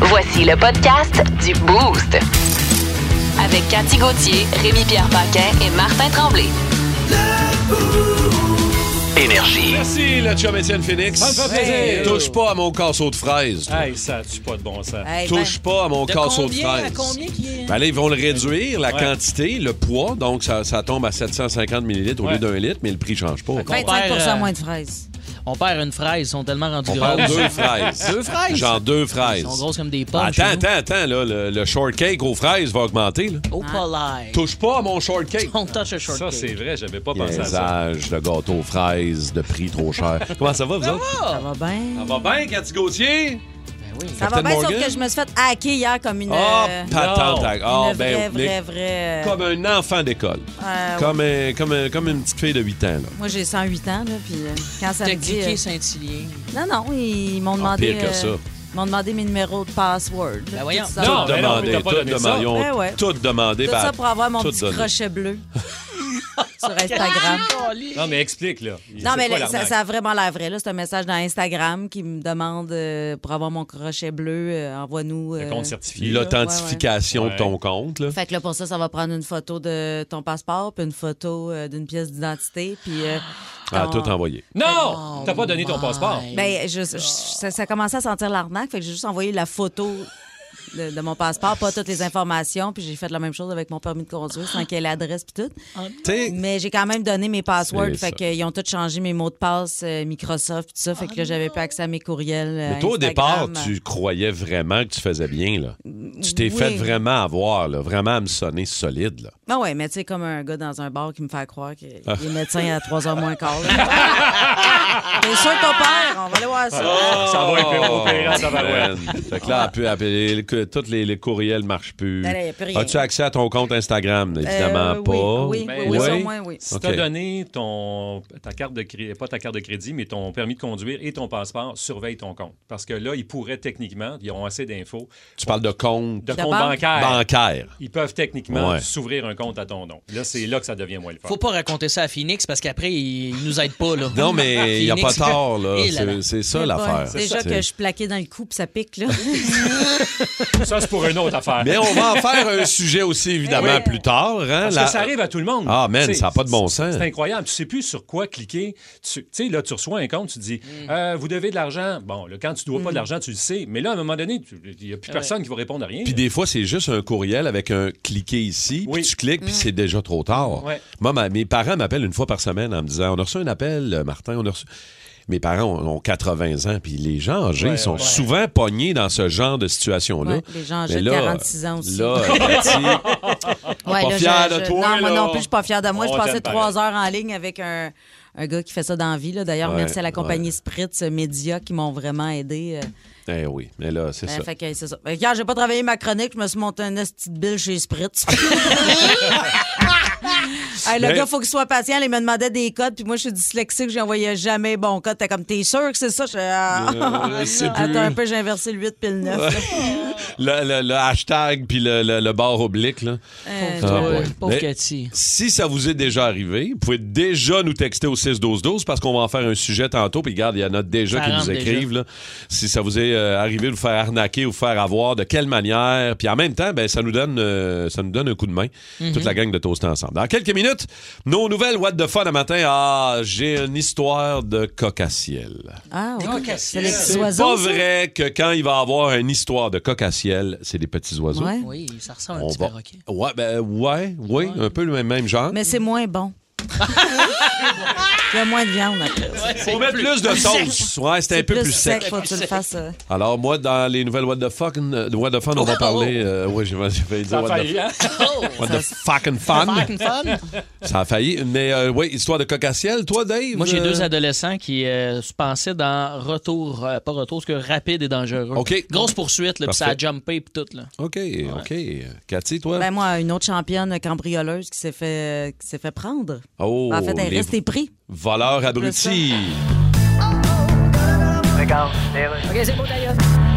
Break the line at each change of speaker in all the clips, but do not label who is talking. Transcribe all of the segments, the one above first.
Voici le podcast du Boost. Avec Cathy Gauthier, Rémi-Pierre Paquin et Martin Tremblay.
Énergie.
Merci, le chum Étienne Phoenix.
Ça me fait plaisir.
Hey, Touche pas à mon casseau de fraises. toi.
Hey, ça tue pas de bon sens.
Hey, ben,
Touche pas à mon
de
casseau de
combien à
fraises.
combien qui est.
Ben là, ils vont le réduire, la
Ouais.
quantité, le poids. Donc, ça, ça tombe à 750 millilitres au
Ouais.
lieu d'un litre, mais le prix change pas.
compare, euh,
25 moins de fraises.
On perd une fraise, ils sont tellement rendus
On
grosses.
parle deux fraises.
Deux fraises?
Genre deux fraises.
Ils sont grosses comme des pommes. chez
Attends,
nous.
attends, attends, là, le, le shortcake aux fraises va augmenter. là.
Ah.
Oh, pas l'air.
Touche pas à mon shortcake.
On touche le
Ça,
shortcake.
c'est vrai, j'avais pas pensé à ça.
Âge de gâteau aux fraises, de prix trop cher. Comment ça va, vous autres?
Ça va bien.
Ça va bien, Cathy Gauthier?
Ben oui.
Ça
Captain
va bien, sauf
Morgan?
que je me suis fait hacker hier comme une.
Ah,
euh,
patente.
non.
à- Ah,
une
ben,
vraie,
les-
vraie, vraie. euh,
Comme un enfant d'école.
euh,
Comme, un- comme, un- comme une petite fille de 8 ans. Là.
Moi, j'ai 108 ans, là, puis euh, quand ça
T'as
me dit...
cliqué
euh,
Saint-Hilien.
Non, non, ils m'ont
Ah,
demandé...
pire que ça.
euh, Ils m'ont demandé mes numéros de password. là,
Ben voyons.
Tout
Tout
ça,
Non, mais
demandé,
mais t'as pas
tout
donné ça.
demandé. Ils ont
Ouais, ouais.
tout demandé.
tout
ben,
ça pour avoir mon
tout
petit
donné.
crochet bleu sur Instagram.
Ah,
Non, mais explique, là.
Non,
C'est
mais
quoi
là, ça,
l'arnaque?
ça a vraiment l'air vrai. là. C'est un message dans Instagram qui me demande euh, pour avoir mon crochet bleu, euh, envoie-nous...
Le
euh,
compte certifié. là.
L'authentification
Ouais, ouais.
de ton compte. Là.
Fait que là, pour ça, ça va prendre une photo de ton passeport, puis une photo euh, d'une pièce d'identité, puis... euh,
Ah,
ton-
tout envoyé.
Non! T'as pas donné ton
my.
passeport.
Ben, je- je- ça, ça commençait à sentir l'arnaque, fait que j'ai juste envoyé la photo de, de mon passeport, pas toutes les informations, puis j'ai fait la même chose avec mon permis de conduire, sans qu'il y ait l'adresse puis tout.
Tu sais,
Mais j'ai quand même donné mes passwords,
C'est ça.
fait qu'ils ont tous changé mes mots de passe euh, Microsoft puis tout ça, fait que là, j'avais plus accès à mes courriels. euh,
mais toi, au départ,
Instagram.
tu croyais vraiment que tu faisais bien. Là. Tu t'es
oui.
fait vraiment avoir, là, vraiment à me sonner solide. Là.
Ben ouais, mais tu sais, comme un gars dans un bar qui me fait croire qu'il
Ah.
est médecin à 3h moins quart. là. T'es sûr que ton père? On va aller voir ça.
Ah.
hein, Ça va être
Oh.
opéré à tabarouette.
Man. Fait que là, elle peut appeler, que tous les, les courriels ne marchent plus.
Ben là, y a plus rien.
As-tu accès à ton compte Instagram? Évidemment
Euh, oui,
pas.
oui, oui,
Ben oui, oui,
ça, au moins, oui.
Si
OK.
t'as donné ton, ta carte de crédit, pas ta carte de crédit, mais ton permis de conduire et ton passeport, surveille ton compte. Parce que là, ils pourraient techniquement, ils ont assez d'infos,
Tu parles de compte
de,
De
compte
banque?
bancaire.
bancaire.
Ils peuvent techniquement
Ouais.
s'ouvrir un compte à ton nom. Là, c'est là que ça devient moins le fun.
Faut pas raconter ça à Phoenix parce qu'après, ils ils nous aident pas. Là.
Non, mais il n'y a pas
Phoenix-
tort. là.
Eh là là.
C'est- C'est ça
Mais bon,
l'affaire.
Déjà
C'est-
que je suis plaqué dans le cou, puis ça pique, là.
Ça, c'est pour une autre affaire.
Mais on va en faire un sujet aussi, évidemment,
Eh Oui.
plus tard. hein,
Parce
la-
que ça arrive à tout le monde.
Ah, man,
Tu sais,
ça a pas de bon sens.
C'est incroyable. Tu sais plus sur quoi cliquer. Tu tu sais, là, tu reçois un compte, tu dis
Mm.
Euh, Vous devez de l'argent. Bon, là, quand tu dois pas de l'argent, tu le sais. Mais là, à un moment donné, tu- il n'y a plus personne qui va répondre à rien.
Puis des fois, c'est juste un courriel avec un cliquer ici, puis
Oui.
tu cliques, puis
Mm.
c'est déjà trop tard.
Ouais.
Moi, ma- mes parents m'appellent une fois par semaine en me disant On a reçu un appel, euh, Martin, on a reçu. Mes parents ont, ont 80 ans, puis les gens âgés
Ouais,
sont
ouais.
souvent pognés dans ce genre de situation-là.
Ouais, les gens âgés
Mais
de
là,
46 ans aussi.
Là, euh, petit,
Ouais,
pas
là,
fier de toi,
Non, moi
là.
non plus, je suis pas fière de moi.
On
je passais
t'aime
trois heures en ligne avec un, un gars qui fait ça dans la vie. là. D'ailleurs,
Ouais,
merci à la compagnie
ouais.
Spritz euh, Média qui m'ont vraiment aidé. euh.
eh oui, mais là, c'est
Ben,
ça.
fait que, c'est ça. Fait que hier, j'ai pas travaillé ma chronique, je me suis monté un esti de bill chez Spritz. Hey, le
Mais-
gars, faut qu'il soit patient. Il me demandait des codes, puis moi, je suis dyslexique, j'y envoyais jamais bon code. T'es comme, t'es sûr que c'est ça? Je fais, Ah,
Euh, je sais plus.
Attends un peu, j'ai inversé le 8 puis le 9.
Le, le- le hashtag, puis le, le, le barre oblique, là.
Euh,
Ah,
Ouais,
boy.
Pauvre
Mais-
Cathy.
Si ça vous est déjà arrivé, vous pouvez déjà nous texter au 6-12-12 parce qu'on va en faire un sujet tantôt. Puis regarde, il y en a déjà
Ça
qui
rentre
nous
déjà.
écrivent. là. Si ça vous est euh, arrivé de vous faire arnaquer ou vous faire avoir, de quelle manière. Puis en même temps, ben, ça, nous donne, euh, ça nous donne un coup de main,
Mhm.
toute la gang de Toast ensemble. Dans quelques minutes, nos nouvelles What the Fun à matin. Ah, j'ai une histoire de coq à ciel.
Ah, oui. C'est les petits
C'est
oiseaux.
pas
ça?
vrai que quand il va avoir une histoire de coq à ciel, c'est des petits oiseaux.
Ouais.
Oui, ça ressemble à un
On
petit
va...
perroquet.
ouais, ben, ouais, ouais, un peu le même, même genre.
Mais c'est moins bon. Il y a moins de viande après.
Faut mettre plus, de sauce. Ouais, c'est un peu plus sec.
Faut que tu le fasses. euh,
Alors, moi, dans les nouvelles What the Fuck, euh, What the Fun, on va
Oh.
parler. euh, ouais, j'ai j'ai failli dire
Ça a
What the
failli, hein?
What the fucking fun?
Fucking fun.
Ça a failli. Mais euh, oui, histoire de cocassiel, toi, Dave?
Moi, j'ai
euh,
deux adolescents qui euh, se pensaient dans retour, euh, pas retour, parce que rapide et dangereux.
OK.
Grosse poursuite, là, puis ça a
Parfait.
jumpé, puis tout. Là.
OK, OK. Cathy, toi?
Ben moi, une autre championne cambrioleuse qui s'est fait, qui s'est fait prendre.
oh,
en fait, elle
les
reste restée pris.
voleurs abrutis.
Oh,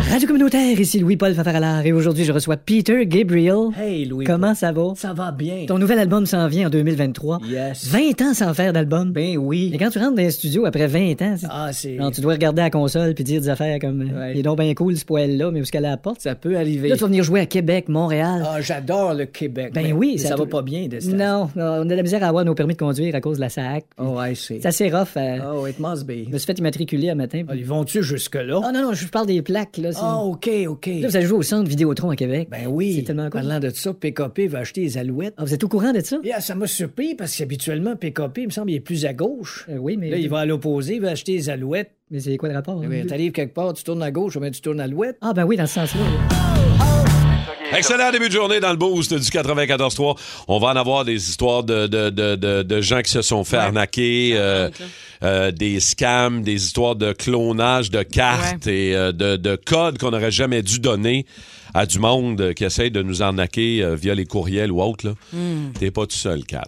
Radio communautaire, ici Louis-Paul Favaralard et aujourd'hui je reçois Peter Gabriel.
Hey Louis.
Comment ça va?
Ça va bien.
Ton nouvel album s'en vient en 2023.
Yes.
20 ans sans faire d'album.
Ben oui.
Et quand tu rentres dans un studio après 20 ans, c'est-
Ah, c'est.
genre, tu dois regarder la console puis dire des affaires comme euh,
Ouais.
Il est donc bien cool ce poêle-là, mais où est-ce qu'elle apporte?
Ça peut arriver.
Là, tu vas venir jouer à Québec, Montréal.
Ah, j'adore le Québec.
Ben
mais-
oui,
mais
ça
ça va
te-
pas bien, de
non, on a de la misère à avoir nos permis de conduire à cause de la SAC.
Oh, I see.
C'est assez rough. euh,
Oh, it must be.
Je me suis fait immatriculer un matin.
Ah,
puis-
ils vont-tu jusque-là?
Ah non, non, je vous parle des plaques. Là, c'est-
Ah, OK, OK.
Là, vous allez jouer au centre Vidéotron à Québec.
Ben oui.
C'est tellement cool.
Parlant de ça, PKP va acheter les alouettes.
Ah, vous êtes au courant de ça?
Yeah, ça m'a surpris parce qu'habituellement, PKP, il me semble, il est plus à gauche.
Euh, oui, mais.
Là, il va à l'opposé, il va acheter les alouettes.
Mais c'est quoi le rapport? hein?
Oui, T'arrives quelque part, tu tournes à gauche, ou bien tu tournes à l'ouette.
Ah, ben oui, dans ce sens-là.
Excellent début de journée dans le boost du 94.3. On va en avoir des histoires de, de, de, de, de gens qui se sont fait arnaquer, euh, euh, des scams, des histoires de clonage de cartes et euh, de, de codes qu'on n'aurait jamais dû donner à du monde euh, qui essaye de nous arnaquer euh, via les courriels ou autre. là.
Mm.
T'es pas tout seul, Kat.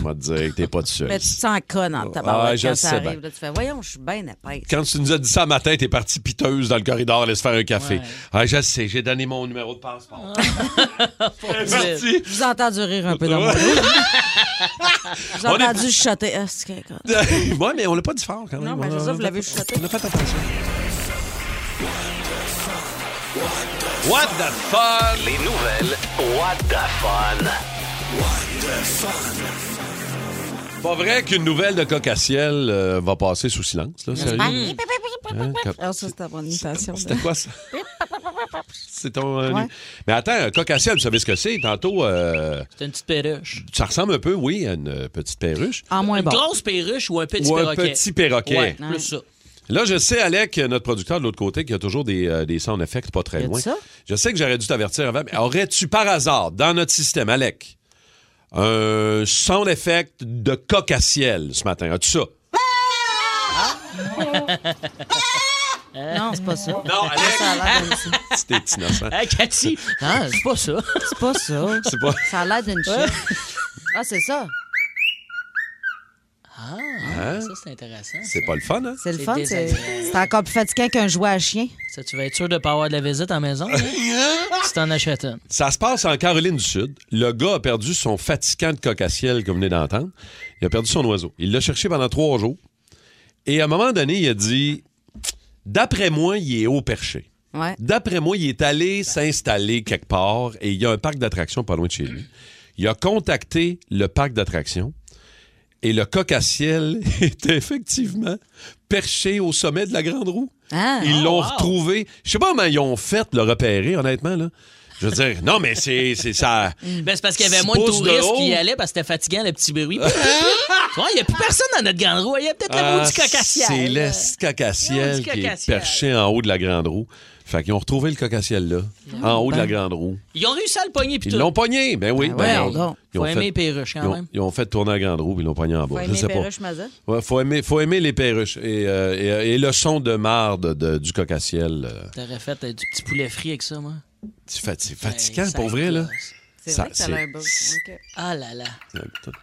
On va te dire que t'es pas tout seul.
Hmm. Mais tu te sens conne en
Ah,
tabarouette
je
quand ça
sais
arrive.
bien.
Là, tu fais, voyons, je suis bien épaisse.
Quand tu nous as dit ça matin, t'es partie piteuse dans le corridor, laisse faire un café. Ah, je sais, j'ai donné mon numéro de passeport.
Ah,
C'est parti.
Je vous ai entendu rire un peu dans mon dos. Je vous ai
On est-
entendu chuchoter. Ah, c'est que-
ouais, mais on l'a pas dit fort quand même. hein.
Non, ben, mais je sais, vous l'avez chuchoté.
On a fait attention. What the fuck?
Les nouvelles What the Fun.
Pas vrai qu'une nouvelle de Cocassiel euh, va passer sous silence, là, sérieux? Hein, quand-
Ah, ça, c'était mon imitation.
C'était quoi ça? C'est ton. euh,
Ouais.
Mais attends, un Cocassiel, vous savez ce que c'est? Tantôt, euh,
C'est une petite perruche.
ça ressemble un peu, oui, à une euh, petite perruche.
En moins
une
bon.
grosse perruche ou un petit
Ou un
perroquet?
petit perroquet.
Ouais, plus ça.
Là, je sais, Alec, notre producteur de l'autre côté, qui a toujours des, euh, des sound effects pas
Y
très
a-tu
loin.
ça?
Je sais que j'aurais dû t'avertir avant, mais aurais-tu par hasard, dans notre système, Alec, un sound effect de coq à ciel ce matin? As-tu ça?
Ah. Non, c'est pas ça.
Non,
Ça
Alec,
a l'air d'une- C'est
c'était innocent.
Hein, Cathy? Ah, c'est pas ça.
pas ça.
C'est pas...
Ça a l'air d'une chute. Ah, c'est ça.
Ah, ça, c'est intéressant.
Hein? C'est pas le fun, hein?
C'est le
C'est
fun. C'est
désagréable.
c'est encore plus fatigant qu'un jouet à chien.
Ça, tu vas être sûr de pas avoir de la visite en maison, hein? si t'en achètes une.
Ça se passe en Caroline du Sud. Le gars a perdu son fatigant de coq à ciel, comme vous venez d'entendre. Il a perdu son oiseau. Il l'a cherché pendant trois jours. Et à un moment donné, il a dit, d'après moi, il est haut perché.
Ouais.
D'après moi, il est allé s'installer quelque part et il y a un parc d'attractions pas loin de chez lui. Il a contacté le parc d'attractions et le coq à ciel est effectivement perché au sommet de la grande roue.
Ah,
Ils l'ont
Oh, wow.
retrouvé. Je sais pas comment ils ont fait le repérer, honnêtement. Là. Je veux dire, non, mais c'est c'est ça.
Mm.
Ben, c'est parce qu'il y avait
Six
moins de
pouces de
touristes
haut.
qui y allaient parce que c'était fatigant le petit bruit. Tu vois, il n'y a plus personne dans notre grande roue. Il y a peut-être le
Ah,
bout du cocassiel.
C'est le
Le haut
cocassiel
du
qui est
cocassiel.
perché en haut de la grande roue. Fait qu'ils ont retrouvé le cocassiel là, en haut de la grande roue.
Ils ont réussi à le pogner, puis
Ils
tout.
l'ont pogné. Ben oui.
Ah
ben,
ouais,
ils ont-
donc.
ils
Faut
ont
aimer les perruches, quand
ils ont-
même.
Ils ont fait tourner à grande roue, puis ils l'ont pogné en bas. Je sais pas.
Mazza.
Ouais, faut aimer, faut aimer les perruches et, euh, et, euh, et le son de marde de- du coq à ciel. euh,
T'aurais fait euh, du petit poulet frit avec ça, moi.
C'est fat- c'est
Hey,
fatigant
Ben, ça
pour vrai, là.
gosse.
C'est
Ça,
vrai que ça a l'air beau.
c'est-
OK.
Ah là là.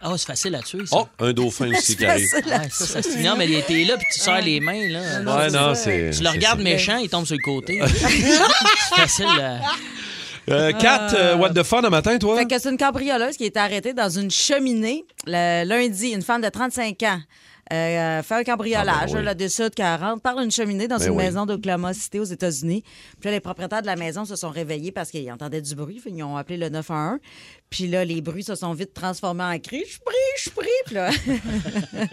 Ah, c'est facile à tuer, ça.
Oh, un dauphin aussi qui arrive.
Ouais, ça, ça se finit. Non, mais il était là, puis tu sers les mains, là.
Ouais, non, c'est.
Tu
c'est-
le regardes
c'est-
méchant, il tombe sur le côté. c'est facile. euh.
Euh, Kat,
Ah.
euh, what the fun un matin, toi?
Fait que c'est une cambrioleuse qui est arrêtée dans une cheminée le lundi. Une femme de 35 ans euh, fait un cambriolage.
Ah ben oui.
Elle a décidé qu'elle rentre par une cheminée dans
Ben
une
oui.
maison d'Oklahoma City aux États-Unis. Puis là, les propriétaires de la maison se sont réveillés parce qu'ils entendaient du bruit. Fait, Ils ont appelé le 911. Puis là, les bruits se sont vite transformés en cris. Je suis pris, je suis pris. Puis là.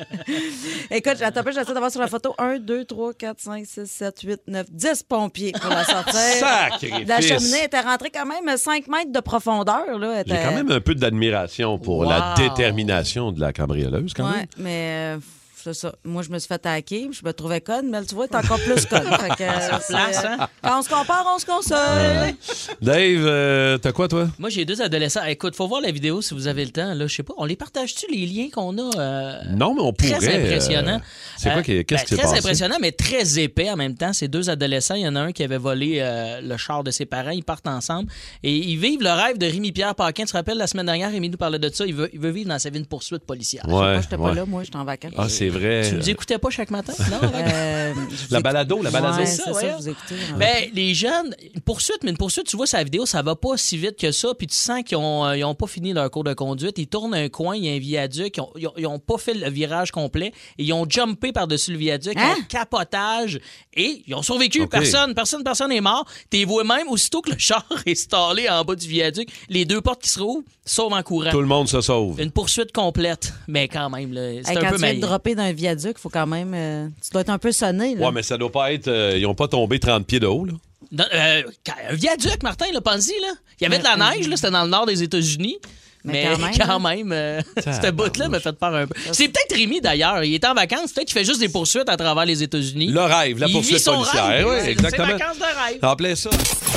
Écoute, attends, un peu, j'essaie d'avoir sur la photo 1, 2, 3, 4, 5, 6, 7, 8, 9, 10 pompiers pour la sortir.
Sacrifice!
La cheminée était rentrée quand même 5 mètres de profondeur. là.
J'ai
euh,
quand même euh, un peu d'admiration pour la
Wow.
détermination de la cambrioleuse, quand
Oui,
même.
mais euh, c'est ça. Moi, je me suis fait taquer. Je me trouvais conne, mais tu vois, t'es encore plus conne. Fait que, euh,
replace,
c'est-
hein?
Quand on se compare, on se console.
Euh, Dave, euh, t'as quoi, toi?
Moi, j'ai deux adolescents. Écoute, faut voir la vidéo si vous avez le temps. Là, je sais pas, on les partage-tu les liens qu'on a? euh,
Non, mais on pourrait.
Très impressionnant.
euh, c'est quoi
Euh,
qui- qu'est-ce
ben,
qui s'est
Très
passé?
impressionnant, mais très épais en même temps. Ces deux adolescents, il y en a un qui avait volé euh, le char de ses parents. Ils partent ensemble et ils vivent le rêve de Rémi-Pierre Paquin. Tu te rappelles, la semaine dernière, Rémi nous parlait de ça. Il veut, il veut vivre dans sa vie une poursuite policière.
Ouais,
moi, j'étais pas
ouais.
là. Moi, j'étais en vacances.
Ah, c'est vrai.
Tu nous écoutais pas chaque matin? Non?
Euh, je vous
La
écoute-
balado, la balado.
Ouais,
C'est ça,
c'est ça,
voyons.
vous écoutez. hein.
Ben, les jeunes, une poursuite, mais une poursuite, tu vois, sa vidéo, ça va pas si vite que ça. Puis tu sens qu'ils ont, euh, ils ont pas fini leur cours de conduite. Ils tournent un coin, il y a un viaduc, ils ont, ils ont- ils ont pas fait le virage complet. Et ils ont jumpé par-dessus le viaduc,
Hein?
un capotage, et ils ont survécu.
OK.
Personne, personne, personne est mort. T'es vois même, aussitôt que le char est stallé en bas du viaduc, les deux portes qui se rouvent sauvent en courant.
Tout le monde se sauve.
Une poursuite complète, mais quand même, là, c'est
Hey,
un peu
quand tu viens de
maillé.
dropper d'un viaduc, faut quand même. euh, tu dois être un peu sonné. Là.
Ouais, mais ça doit pas être. euh, ils ont pas tombé 30 pieds de haut, là.
Non, euh, quand- un viaduc, Martin, là, pense-y, là. Il y avait de la neige, là, c'était dans le nord des États-Unis. Mais,
Mais quand même,
quand même, euh, cette bout-là m'a fait peur un peu. C'est peut-être Rémi, d'ailleurs. Il est en vacances. Peut-être qu'il fait juste des poursuites à travers les États-Unis.
Le rêve, la
Il vit
poursuite
son
policière.
rêve.
Oui,
C'est-
exactement.
C'est vacances de rêve.
T'en plais ça?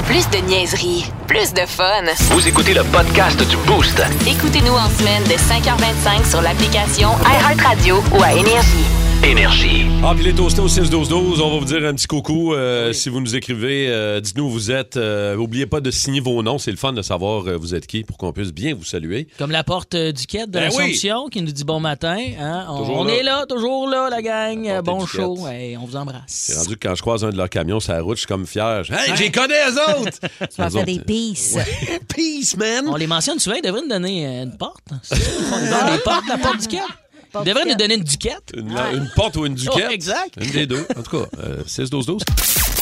Plus de niaiserie, plus de fun.
Vous écoutez le podcast du Boost.
Écoutez-nous en semaine de 5h25 sur l'application iHeartRadio ou à Énergie.
Énergie.
Ah, puis les toastés au 6-12-12, on va vous dire un petit coucou. euh, Si vous nous écrivez, euh, dites-nous où vous êtes. Euh, Oubliez pas de signer vos noms. C'est le fun de savoir euh, vous êtes qui pour qu'on puisse bien vous saluer.
Comme la porte euh, du quai de
Ben
l'Assomption qui nous dit bon matin. hein. On,
Toujours
on
là.
est là, toujours là, la gang.
La
Euh,
porte
bon
du Quai.
show. Hey, on vous
C'est
embrasse.
rendu que quand je croise un de leurs camions sur la route, je suis comme fier. Je- Hey, j'y connais eux autres!
tu vas
Eux
faire
autres,
des pisses.
euh, Peace, man!
On les mentionne souvent. Ils devraient nous donner euh, une porte. C'est ça, ils font- ils donnent des portes, la porte du quai. Ils devraient nous donner une duquette.
Une, la- une porte ou une duquette.
Oh, exact.
Une des deux. En tout cas, euh, 6-12-12.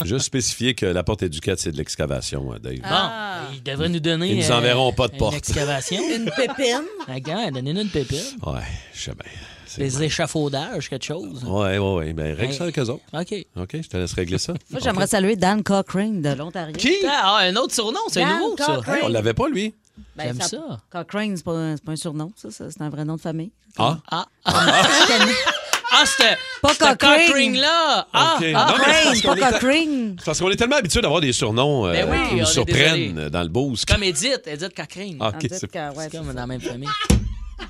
Juste spécifier que la porte et duquette, c'est de l'excavation, hein, Dave.
Bon, ils devraient nous donner. euh,
Ils nous enverront pas de
une
porte.
excavation.
Ah. Une pépine.
Regarde, donnez-nous une pépine.
Ouais, je sais bien. C'est-
Des échafaudages, quelque chose.
Ouais, ouais, ouais. Ben, règle ça avec eux autres.
OK.
OK, je te laisse régler ça.
Moi, j'aimerais saluer Dan Cochrane de l'Ontario.
Qui?
Ah, un autre surnom, c'est
Dan
nouveau, ça.
Cochrane.
Hey, on l'avait pas, lui.
Ben,
J'aime ça.
Cochrane, c'est pas, un- c'est pas un surnom, ça, ça, c'est un vrai nom de famille.
Ah?
Ah, c'était.
Pas
c'était
Cochrane.
Cochrane, là. Ah,
OK.
ah.
Non, mais c'est parce
Cochrane,
qu'on
pas
est à-
Cochrane.
C'est parce qu'on est tellement habitué d'avoir des surnoms euh,
Ben oui,
qui
on
nous
est
surprennent euh,
désolé.
dans le boost.
Comme Edith, Edith Cochrane.
Ah,
En
OK,
tout
c'est-
cas, ouais,
C'est
c'est
comme dans la même famille.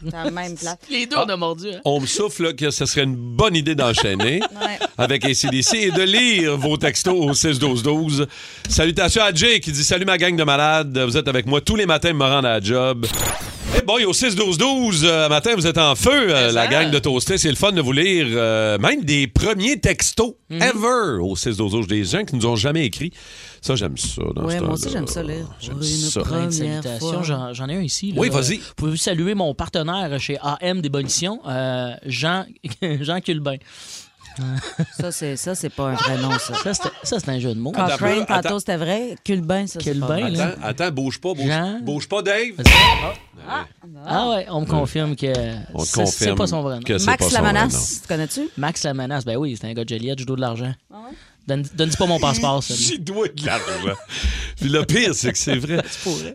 dans la même place.
Les deux, on a mordu. hein.
On me souffle là, que ce serait une bonne idée d'enchaîner
Ouais.
avec ACDC et de lire vos textos au 6-12-12. Salutations à Jay qui dit Salut ma gang de malades, vous êtes avec moi tous les matins me rendre à la job. Eh boy, au 6-12-12, euh, matin, vous êtes en feu, euh,
Mais
la
ça.
gang de Toastés. C'est le fun de vous lire euh, même des premiers textos ever au 6-12-12. Des gens qui nous ont jamais écrit. Ça, j'aime ça. dans
Ouais,
ce
moi aussi,
temps-là.
j'aime ça, lire.
J'aime
Pour une
ça.
Plein de
Première
salutations.
fois.
J'en, j'en ai un ici. là.
Oui, vas-y.
Euh, Pouvez-vous saluer mon partenaire chez AM Débolition, euh, Jean, Jean Culbin.
Ça, c'est, ça, c'est pas un vrai nom, ça.
Ça, c'était, ça, c'est un jeu de mots.
Attends,
Cochrane,
attends.
tantôt, c'était vrai. Culbain, ça, c'est pas
Culbain,
vrai.
là.
Attends, attends, bouge pas, bouge,
Jean.
bouge pas, Dave.
Ah ouais, on me confirme que
Euh, On te
c'est,
confirme
c'est pas son vrai nom.
que c'est pas
Max
son
la
vrai
menace, tu connais-tu? Ah
Max la menace, ben oui, c'est un gars de Joliette, je dois de l'argent. Donne- Donne-y pas mon passeport, ça.
J'y dois de l'argent. Puis le pire, c'est que c'est vrai.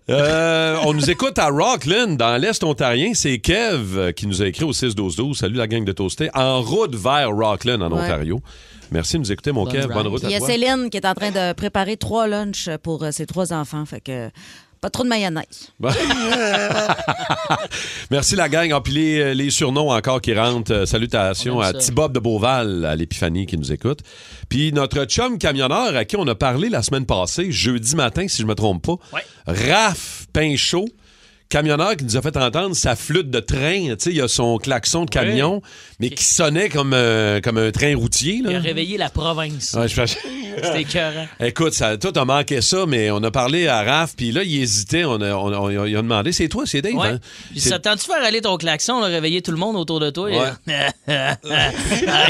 Euh, on nous écoute à Rockland, dans l'Est ontarien. C'est Kev euh, qui nous a écrit au 6-12-12. Salut la gang de Toasté. En route vers Rockland, en
Ouais.
Ontario. Merci de nous écouter, mon
Bonne
Kev.
ride.
Bonne route
Il y
à
a
toi.
Céline qui est en train de préparer trois lunchs pour euh, ses trois enfants. Fait que pas trop de mayonnaise.
Merci la gang. Empilez euh, les surnoms encore qui rentrent. Euh, salutations
On aime
à
ça.
Tibob de Beauval, à l'Épiphanie qui nous écoute. Puis notre chum camionneur à qui on a parlé la semaine passée, jeudi matin, si je me trompe pas,
Ouais.
Raph Pinchot, camionneur qui nous a fait entendre sa flûte de train. Tu sais, il y a son klaxon de camion, mais qui sonnait comme, euh, comme un train routier. là.
Il a réveillé la province.
Ouais, je pense-
C'était écœurant.
Écoute, ça, toi, t'as manqué ça, mais on a parlé à Raph, puis là, il hésitait. On a, on a- on a- il a demandé, c'est toi, c'est Dave?
Ouais.
hein?
Puis
C'est-
s'attends-tu faire aller ton klaxon, là, réveiller tout le monde autour de toi?
Ouais.
Et...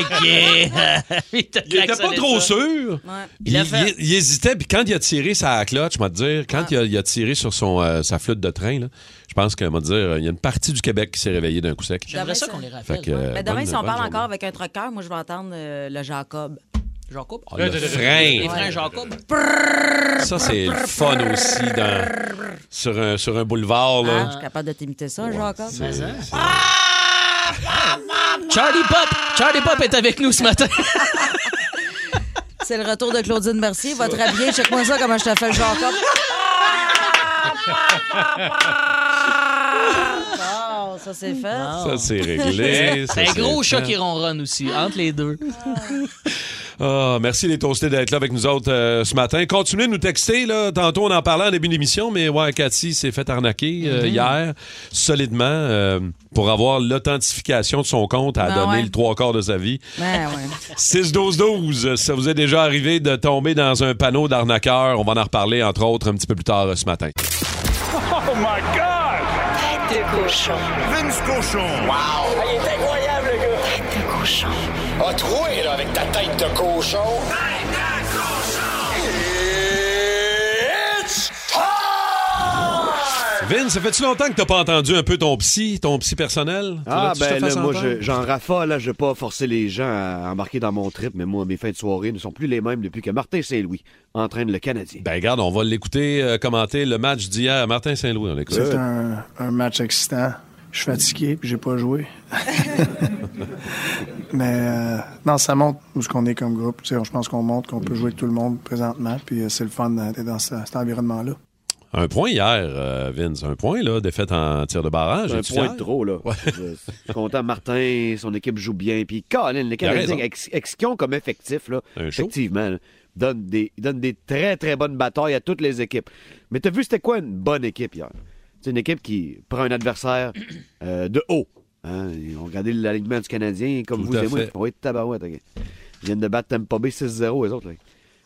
OK. il t'a
Il était pas
klaxonné
trop
ça.
sûr. Il,
Il a fait- Ah.
il- il hésitait, puis quand il a tiré sa cloche, je vais te dire, quand il, a, il a tiré sur son, euh, sa flûte de train, là, je pense que, on va dire, il y a une partie du Québec qui s'est réveillée d'un coup sec.
J'aimerais
Demain,
ça
ça-
qu'on les
Fait
rappelle. hein.
que, euh,
Mais demain,
bonne-
si on
bonne
parle
journée.
encore avec un trucker, moi, je vais entendre euh, le Jacob.
Jean Coupe.
Ah, le frein.
Les frères Jacob.
Ça, c'est le fun aussi dans, sur, un, sur un boulevard.
Hein?
Là.
Je
Ah.
suis capable de t'imiter ça, Jacob.
Mais, hein? Charlie Pop! Charlie Pop est avec nous ce matin.
C'est le retour de Claudine Mercier. Va te rhabiller. Check-moi ça, comment je te fais le Jacob. Bon, ça, c'est fait.
Ça, c'est réglé. ça,
C'est un
c'est
gros
fait.
chat qui ronronne aussi, entre les deux. Euh,
Ah, merci les toastés d'être là avec nous autres euh, ce matin. Continuez de nous texter. Là. Tantôt, on en parlait en début d'émission, mais ouais, Cathy s'est fait arnaquer
Mhm.
euh, hier solidement euh, pour avoir l'authentification de son compte à
Ben
donner
ouais.
le trois quarts de sa vie.
Ben, ouais.
6-12-12, ça vous est déjà arrivé de tomber dans un panneau d'arnaqueurs. On va en reparler, entre autres, un petit peu plus tard euh, ce matin.
Oh
Tête de cochon.
Ah, il est incroyable, le gars! Tête de cochon. A troué, là, avec ta tête de cochon. Tête de cochon! It's time!
Vin, ça fait-tu longtemps que t'as pas entendu un peu ton psy, ton psy personnel?
Ah,
Faudrait-tu que je te
ben
fasse
là, moi,
entendre?
je- j'en raffole, là. Je vais pas forcer les gens à embarquer dans mon trip, mais moi, mes fins de soirée ne sont plus les mêmes depuis que Martin Saint-Louis entraîne le Canadien.
Ben regarde, on va l'écouter euh, commenter le match d'hier. Martin Saint-Louis, on l'écoute.
C'est
un, un match excitant. Je suis fatigué, puis j'ai pas joué. Mais euh, non, ça montre où ce qu'on est comme groupe. Tu sais, je pense qu'on montre qu'on peut jouer avec tout le monde présentement, puis euh, c'est le fun d'être dans ce- cet environnement-là.
Un point hier, euh, Vince. Un point, là, défaite en tir de barrage.
un
Es-tu
point
fier?
de trop, là. Je je suis content, Martin, son équipe joue bien. Puis, Colin, le Canadien,
raison.
ex, ex- qu'ils ont comme effectif, là,
Un show.
effectivement, là, donne, des, donne des très, très bonnes batailles à toutes les équipes. Mais t'as vu, c'était quoi une bonne équipe hier? C'est une équipe qui prend un adversaire euh, de haut. Hein? Ils ont regardé l'alignement du Canadien, comme
Tout
vous
à
et moi.
fait.
Oui, tabarouette, OK. Ils viennent de battre Tampa Bay 6-0, les autres. là.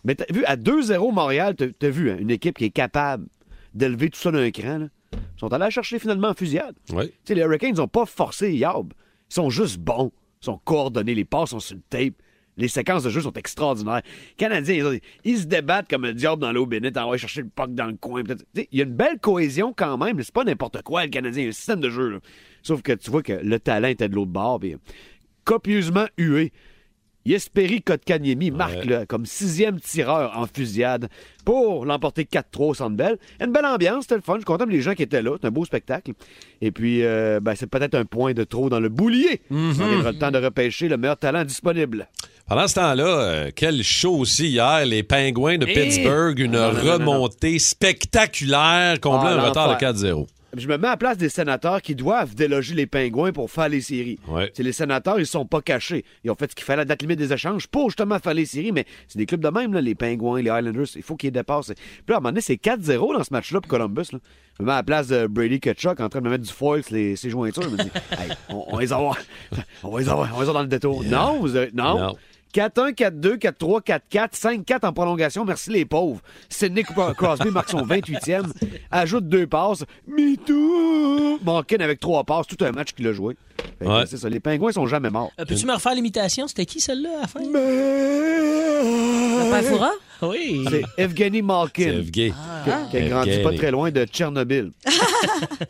Mais t'as vu, à 2-0 Montréal, t'as t'as vu hein, une équipe qui est capable d'élever tout ça d'un cran. là. Ils sont allés la chercher finalement en fusillade.
Ouais.
Tu sais, les Hurricanes n'ont pas forcé Yab. Ils sont juste bons. Ils sont coordonnés. Les passes sont sur le tape. Les séquences de jeu sont extraordinaires. Les Canadiens, ils, ont- ils se débattent comme le diable dans l'eau bénite. On va chercher le puck dans le coin. peut-être. Tu sais, Il y a une belle cohésion quand même. mais C'est pas n'importe quoi, le Canadien. Il y a un système de jeu. là. Sauf que tu vois que le talent était de l'autre bord. puis, euh, copieusement hué. Yesperi Kotkaniemi marque le- comme sixième tireur en fusillade pour l'emporter 4-3 au Centre Bell. Une belle ambiance, c'était le fun. Je suis content pour les gens qui étaient là. C'est un beau spectacle. Et puis, euh, ben, c'est peut-être un point de trop dans le boulier. On arrivera le temps de repêcher le meilleur talent disponible.
Pendant ce temps-là, euh, quel show aussi hier, les Pingouins de Pittsburgh, une
Eh! non, non, non,
remontée spectaculaire, comblant
Ah,
un retard de
l'enfer.
4-0.
Je me mets à la place des sénateurs qui doivent déloger les pingouins pour faire les séries.
Ouais.
C'est les sénateurs, ils sont pas cachés. Ils ont fait ce qu'il fallait à la date limite des échanges pour justement faire les séries, mais c'est des clubs de même, là, les pingouins, les Islanders, il faut qu'ils dépassent. Puis là, à un moment donné, c'est 4-0 dans ce match-là pour Columbus. Là. Je me mets à la place de Brady Kutchuk en train de me mettre du foil sur les- ses jointures. Je me dis, Hey, on, on va les avoir. On va les avoir. On va les avoir dans le détour. Non, vous avez- non.
Non.
4-1, 4-2, 4-3, 4-4, 5-4 en prolongation. Merci les pauvres. Sidney Cro- Crosby marque son 28e, ajoute deux passes. Mitou! Malkin avec trois passes, tout un match qu'il a joué. Fait que
Ouais.
C'est ça, les pingouins sont jamais morts.
Euh, Peux-tu me refaire l'imitation? C'était qui celle-là à la fin?
Le Pafoura?
Oui.
C'est Evgeny
C'est
Malkin,
Evgeny. Ah.
qui a grandi
Evgeny.
pas très loin de Tchernobyl.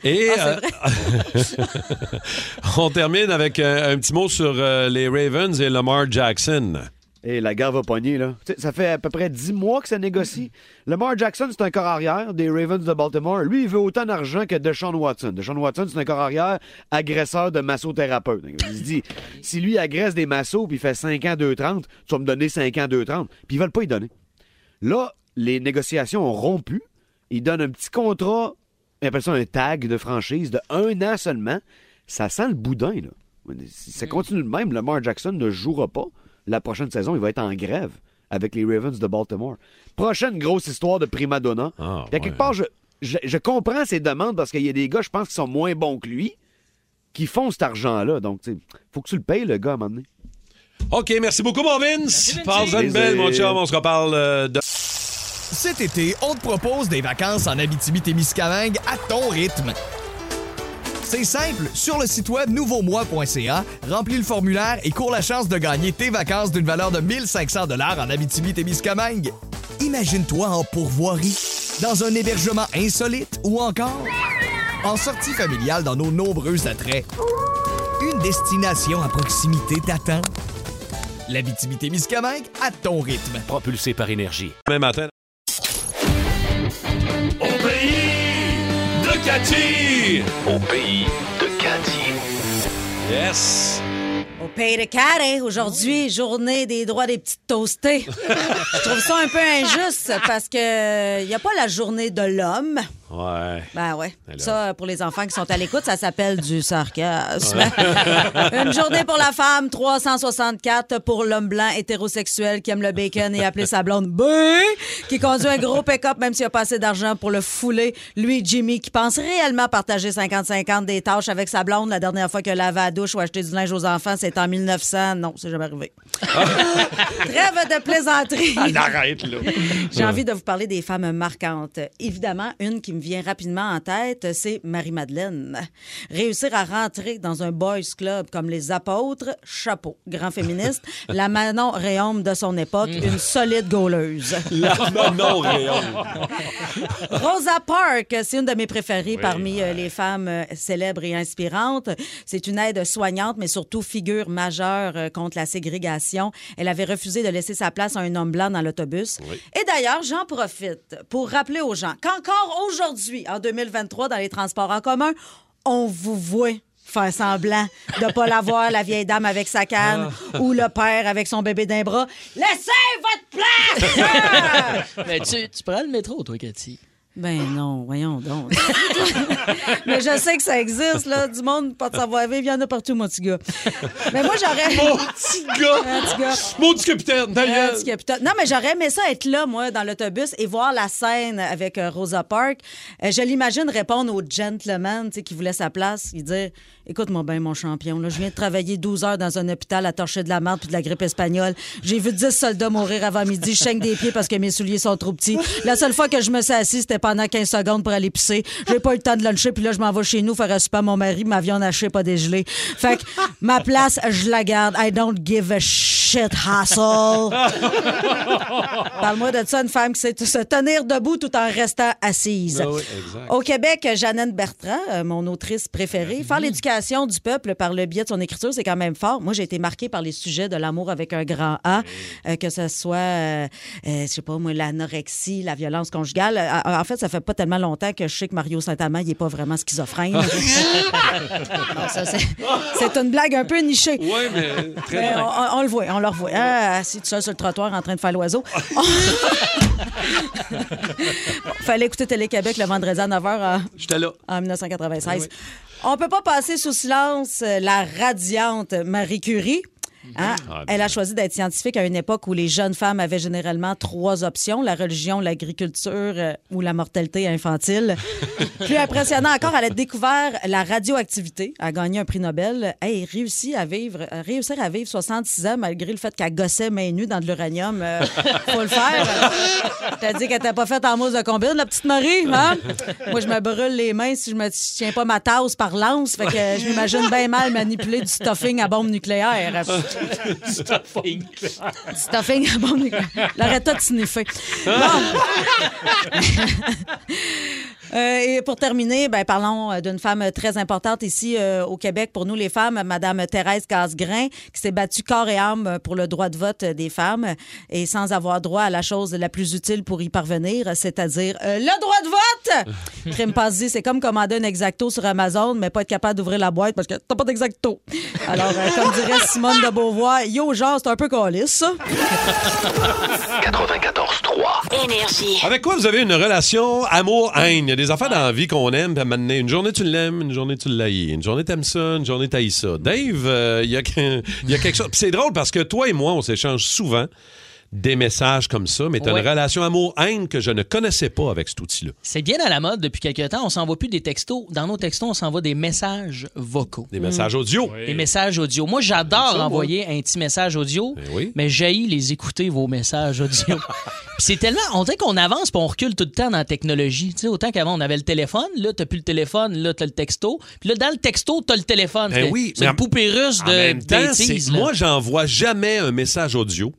Et euh, on termine avec euh, un petit mot sur euh, les Ravens et Lamar Jackson.
Et la gare va pogner, là. Tu sais, ça fait à peu près 10 mois que ça négocie. Lamar Jackson, c'est un corps arrière des Ravens de Baltimore. Lui, il veut autant d'argent que Deshaun Watson. Deshaun Watson, c'est un corps arrière agresseur de massothérapeute. Donc, Il se dit, si lui agresse des massos puis il fait 5 ans 2,30, tu vas me donner 5 ans 2,30. Puis ils veulent pas y donner. Là, les négociations ont rompu. Ils donnent un petit contrat, on appelle ça un tag de franchise de un an seulement. Ça sent le boudin, là. Si
Mm.
ça continue de même, Lamar Jackson ne jouera pas. La prochaine saison, il va être en grève avec les Ravens de Baltimore. Prochaine grosse histoire de prima
Ah,
donna. Puis à
ouais.
quelque part, je, je- je comprends ses demandes parce qu'il y a des gars, je pense, qui sont moins bons que lui, qui font cet argent-là. Donc, tu sais, faut que tu le payes, le gars, à un moment donné.
OK, merci beaucoup, mon Vince. Passe une
Plaisir.
belle, mon chum. On se reparle euh, de...
Cet été, on te propose des vacances en Abitibi-Témiscamingue à ton rythme. C'est simple, sur le site web nouveaumois.ca, remplis le formulaire et cours la chance de gagner tes vacances d'une valeur de 1500 dollars en Abitibi-Témiscamingue. Imagine-toi en pourvoirie, dans un hébergement insolite ou encore en sortie familiale dans nos nombreux attraits. Une destination à proximité t'attend. La Miscamingue à ton rythme.
Propulsé par énergie.
Même matin.
Au pays de Cathy! Au pays de Cathy.
Yes!
Au pays de carré, aujourd'hui, journée des droits des petites toastées. Je trouve ça un peu injuste parce que euh, il n'y a pas la journée de l'homme.
Ouais.
Ben ouais.
Alors.
Ça, pour les enfants qui sont à l'écoute, ça s'appelle du sarcasme.
Ouais.
Une journée pour la femme, 364 pour l'homme blanc hétérosexuel qui aime le bacon et appeler sa blonde B, qui conduit un gros pick-up même s'il a pas assez d'argent pour le fouler. Lui, Jimmy, qui pense réellement partager 50-50 des tâches avec sa blonde. La dernière fois que lavé à douche ou acheté du linge aux enfants, c'est en 1900. Non, c'est jamais arrivé. Trêve de plaisanterie.
Ah,
Ah,
arrête, là.
J'ai envie de vous parler des femmes marquantes. Évidemment, une qui me vient rapidement en tête, c'est Marie-Madeleine. Réussir à rentrer dans un boys club comme les apôtres, chapeau. Grand féministe, la Manon Réaume de son époque, une solide gauleuse. Rosa Parks, c'est une de mes préférées
Oui,
parmi euh, les femmes euh, célèbres et inspirantes. C'est une aide soignante, mais surtout figure majeure euh, contre la ségrégation. Elle avait refusé de laisser sa place à un homme blanc dans l'autobus. Et d'ailleurs, j'en profite pour rappeler aux gens qu'encore aujourd'hui, en 2023, dans les transports en commun, on vous voit faire semblant de pas l'avoir, la vieille dame avec sa canne ou le père avec son bébé d'un bras. Laissez votre place!
Mais tu, tu prends le métro, toi, Cathy.
Ben non, voyons donc. Mais je sais que ça existe, là. Du monde, pas de savoir-vivre, il y en a partout, mon petit gars. Mais moi, j'aurais.
Mon petit gars!
Mon petit gars.
Mon petit capitaine, d'ailleurs!
Mon petit capitaine. Non, mais j'aurais aimé ça être là, moi, dans l'autobus et voir la scène avec euh, Rosa Parks. Euh, je l'imagine répondre au gentleman, tu sais, qui voulait sa place, il dire Écoute-moi bien, mon champion, là, je viens de travailler 12 heures dans un hôpital à torcher de la marde puis de la grippe espagnole. J'ai vu 10 soldats mourir avant midi. Je saigne des pieds parce que mes souliers sont trop petits. La seule fois que je me suis assis, c'était pendant 15 secondes pour aller pisser. J'ai pas eu le temps de luncher, puis là, je m'en vais chez nous faire un souper à mon mari. Ma viande hachée, pas dégelée. Fait que ma place, je la garde. I don't give a shit hustle. Parle-moi de ça, une femme qui sait t- se tenir debout tout en restant assise.
Ben oui, exact. Ben
Au Québec, Jeannette Bertrand, euh, mon autrice préférée, faire l'éducation du peuple par le biais de son écriture, c'est quand même fort. Moi, j'ai été marquée par les sujets de l'amour avec un grand
Ben
A, euh, que ce soit, euh, euh, je sais pas moi, l'anorexie, la violence conjugale. Euh, En fait, ça fait pas tellement longtemps que je sais que Mario Saint-Amand, il est pas vraiment schizophrène. Non, ça, c'est c'est une blague un peu nichée.
Oui, mais très
Mais
bien.
on, on- on le voit, on le revoit. Ah, assis tout seul sur le trottoir en train de faire l'oiseau. On- Bon, fallait écouter Télé-Québec le vendredi à euh, 9h
J'étais là.
en 1996.
Eh oui.
On peut pas passer sous silence euh, la radiante Marie Curie. Hein?
ben
Ah,
Elle a choisi d'être scientifique à une époque où les jeunes femmes avaient généralement trois options, la religion, l'agriculture euh, ou la mortalité infantile. Plus impressionnant encore, elle a découvert la radioactivité, a gagné un prix Nobel et réussi à vivre, à réussir à vivre 66 ans malgré le fait qu'elle gossait main nue dans de l'uranium. euh, faut le faire. T'as dit qu'elle t'a pas faite en mousse de combine, la petite Marie, hein? Moi, je me brûle les mains si je me tiens pas ma tasse par lance. Fait que je m'imagine bien mal manipuler du stuffing à bombe nucléaire.
Stuffing.
Du stuffing à bombe nucléaire. Loretta de sniffer.
Ah!
Bon. Euh, et pour terminer, ben, parlons euh, d'une femme très importante ici euh, au Québec pour nous les femmes, Madame Thérèse Casgrain, qui s'est battue corps et âme pour le droit de vote euh, des femmes et sans avoir droit à la chose la plus utile pour y parvenir, c'est-à-dire euh, le droit de vote. Crime passé, c'est comme commander un exacto sur Amazon, mais pas être capable d'ouvrir la boîte parce que t'as pas d'exacto. Alors, euh, comme dirait Simone de Beauvoir, yo genre c'est un peu calice. ça.
94-3.
Énergie.
Avec quoi vous avez une relation amour-haine? Il y a des affaires dans la vie qu'on aime, puis à un moment donné, une journée tu l'aimes, une journée tu l'haïs, une journée t'aimes ça, une journée t'haïs ça. Dave, euh, il y, a que- il y a quelque chose. Puis c'est drôle parce que toi et moi, on s'échange souvent des messages comme ça, mais t'as
Ouais.
une relation amour-haine que je ne connaissais pas avec cet outil-là.
C'est bien à la mode depuis quelques temps. On s'envoie plus des textos. Dans nos textos, on s'envoie des messages vocaux.
Des messages audio.
Des messages audio. Moi, j'adore
ça, moi. Ben
envoyer un petit message audio, mais j'ai les écouter, vos messages audio. Puis c'est tellement. On dirait qu'on avance puis on recule tout le temps dans la technologie. Tu sais, autant qu'avant, on avait le téléphone. Là, t'as plus le téléphone. Là, t'as le texto. Puis là, dans le texto, t'as le téléphone.
Ben
C'est-
oui,
c'est
mais
une
en-
poupée russe
en
de
même temps,
bêtises,
c'est-
là.
moi, j'envoie jamais un message audio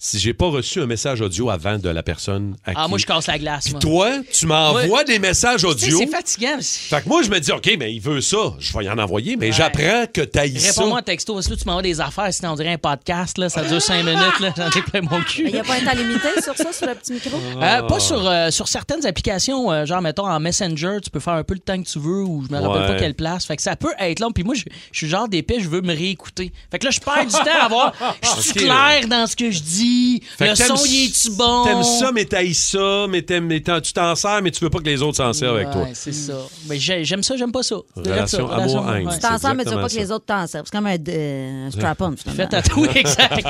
si j'ai pas reçu un message audio avant de la personne à
Ah,
qui-
moi, je casse la glace. moi.
Toi, tu m'envoies
Moi-
des messages
Tu sais,
audio.
C'est fatigant.
Fait que moi, je me dis, OK, mais il veut ça. Je vais y en envoyer, mais j'apprends que t'as ça.
Réponds-moi un texto, parce que là, tu m'envoies des affaires, sinon on dirait un podcast, là, ça dure cinq minutes, là, j'en ai plein mon cul.
Il n'y a pas un temps limité sur ça, sur le petit micro?
Euh, pas sur, euh, sur certaines applications, euh, genre, mettons, en Messenger, tu peux faire un peu le temps que tu veux ou je me rappelle
Ouais.
pas quelle place. Fait que ça peut être long. Puis moi, je, je suis genre d'épais, je veux me réécouter. Fait que là, je perds du temps à voir. Je suis
Ok.
clair dans ce que je dis.
Fait
le
que t'aimes
son,
s-
il est-tu bon?
T'aimes ça, mais t'haïs ça, mais, t'aimes- mais t'en- tu t'en sers, mais tu veux pas que les autres s'en servent avec
Ouais,
toi.
c'est ça. Mais j'ai- j'aime ça, j'aime pas ça. Ça doit être
Relation
ça,
amour-haine,
relation- ouais.
Tu t'en sers, mais tu veux
exactement
pas que
ça.
les autres t'en servent. C'est comme un, euh, un strap-on, finalement.
Fais tatouer, exact.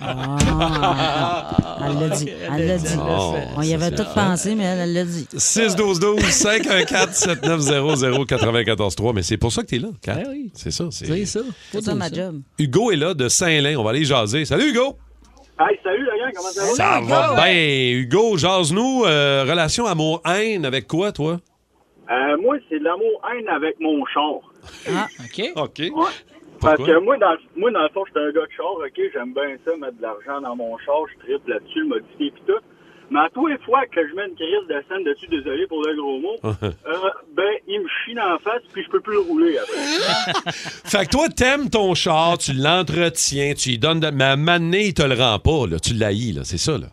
Ah, elle l'a dit. Elle l'a dit.
Oh,
On y
ça,
avait tout
c'est
pensé, mais elle elle l'a dit.
612-12-514-7900-943. Mais c'est pour ça que t'es là, Kat. C'est ça.
Ben C'est ça.
C'est ça, ma job.
Hugo est là de Saint-Lin. On va aller jaser. Salut, Hugo!
Hey, salut, la gang, comment ça va?
Oh
Ça va bien. Ben, Hugo, jase-nous. euh, relation amour-haine avec quoi, toi?
Euh, moi, c'est de l'amour-haine avec mon char.
Ah, OK.
OK.
Parce
Pourquoi?
que moi dans, moi, dans le fond, j'étais un gars de char, OK? J'aime bien ça, mettre de l'argent dans mon char, je triple là-dessus, le modifier pis tout. Mais à tous les fois que je mets une crise de scène dessus, désolé pour le gros mot, euh, ben, il me chie dans la face puis je peux plus le rouler après.
Fait que toi, t'aimes ton char, tu l'entretiens, tu lui donnes... De... Mais à un moment donné, il te le rend pas, là. Tu l'haïs, là. C'est ça, là.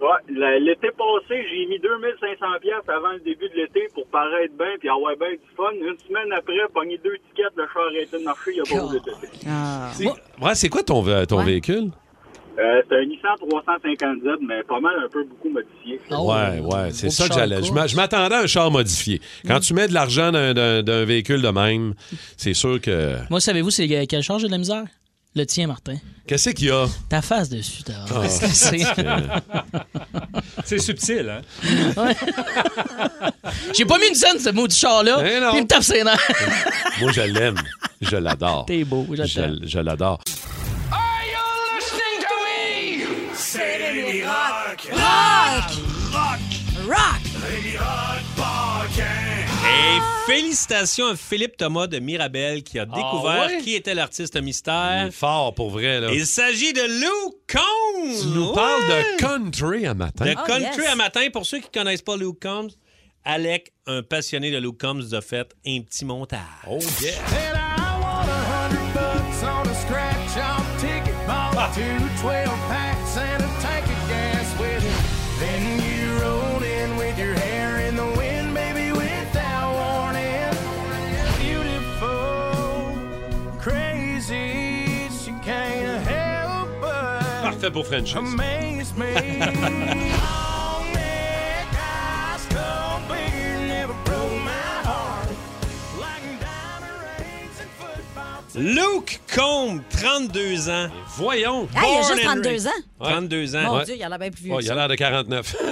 Ouais, la- l'été passé, j'ai mis 2500 pièces avant le début de l'été pour paraître bien puis avoir bien du fun. Une semaine après, pogné deux tickets, le char a été de marché, il a pas roulé de tête.
C'est- Ouais, c'est quoi ton, vé- ton
Ouais.
véhicule?
Euh, c'est un Nissan 350Z, mais pas mal un peu beaucoup modifié.
Ah
Ouais, ouais, c'est
Oh, Beau
ça que
char
j'allais.
court.
Je m'a- je m'attendais à un char modifié. Quand tu mets de l'argent d'un- d'un d'un véhicule de même, c'est sûr que.
Moi, savez-vous, c'est euh, quel charge j'ai de la misère? Le tien, Martin.
Qu'est-ce qu'il y a?
Ta face dessus, t'as.
Ah,
C'est-
C'est subtil, hein?
Ouais. J'ai pas mis une scène, ce mot du char-là. Puis il me tape ses nerfs.
Moi, je l'aime. Je l'adore.
T'es beau, je
Je, je l'adore.
C'est les Rock!
Rock!
Rock! Rock! Les Rock
Et félicitations à Philippe Thomas de Mirabel qui a découvert
Ah ouais?
qui était l'artiste mystère.
fort pour vrai, là.
Il s'agit de Lou Combs.
Tu nous
Ouais!
parles de country à matin.
Oh,
De country à matin. Pour ceux qui ne connaissent pas Lou Combs, Alec, un passionné de Lou Combs, a fait un petit montage. Oh yeah!
And I want a hundred bucks on a scratch off ticket, bought two 12 packs and a tank of gas with it. Then you rolled in with your hair in the wind, baby, without warning. Beautiful, crazy, she can't help but
Parfait pour French.
amaze me. Long neck eyes, cold beer, never broke my heart.
Luke Combs, 32 ans.
Voyons!
Ah, il a
Born
juste
and
32 ans?
raised. 32 ans.
Mon Dieu, il a l'air bien plus vieux.
Oh, il a l'air de 49.
Non,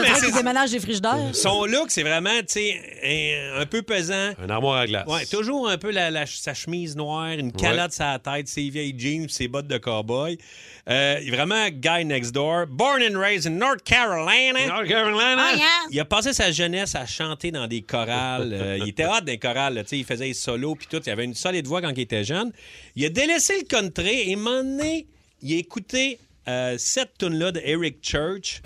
mais
Il
c'est-
déménage des frigidaires.
Son look, c'est vraiment, tu sais, un, un peu pesant.
Un armoire à glace.
Ouais, toujours un peu la, la- sa chemise noire, une calotte sur la tête, ses vieilles jeans, ses bottes de cowboy. Euh, il est vraiment guy next door. Born and raised in North Carolina.
North Carolina.
Oh, yeah.
Il a passé sa jeunesse à chanter dans des chorales. Euh, il était hot dans les chorales. là. Tu sais, Il faisait des solos puis tout. Il avait une solide voix quand il était jeune. Il a délaissé le country et à un moment donné, il a écouté euh, cette tune-là de Eric Church.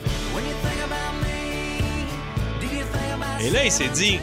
Et là, il s'est dit,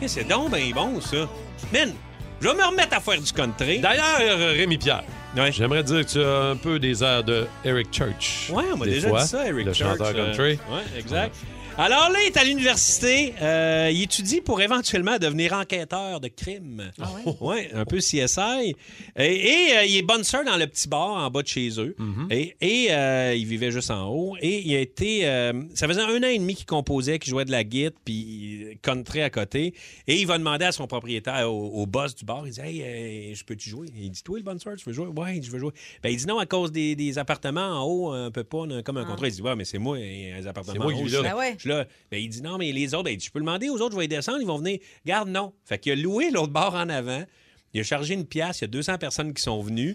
Eh, c'est donc bien bon, ça. Man, je vais me remettre à faire du country.
D'ailleurs, Rémi Pierre. J'aimerais dire que tu as un peu des airs de Eric Church.
Ouais, on m'a
Des
déjà
fois,
dit ça, Eric
le
Church.
chanteur
euh,
country.
ouais, exact. Alors là, il est à l'université. euh, il étudie pour éventuellement devenir enquêteur de crimes. ouais? un peu CSI. Et, et, euh, il est bonne sœur dans le petit bar en bas de chez eux. Et, et, euh, il vivait juste en haut. Et il a été. euh, ça faisait un an et demi qu'il composait, qu'il jouait de la guitare, puis euh, country à côté. Et il va demander à son propriétaire, au, au boss du bar, il dit Hey, euh, je peux-tu jouer Il dit Toi, le bonsoir, tu veux jouer Ouais, je veux jouer. Ben, il dit Non, à cause des, des appartements en haut, on peut pas, on a comme un contrat. Il dit Ouais, mais c'est moi, euh, les appartements
C'est moi
en
qui
haut.
vis
je suis
là.
là.
Ben ouais.
Je suis là. Ben, il dit Non, mais les autres, ben, il dit, je peux demander aux autres, je vais les descendre, ils vont venir. Garde, non. Fait qu'il a loué l'autre bar en avant. Il a chargé une pièce, il y a 200 personnes qui sont venues.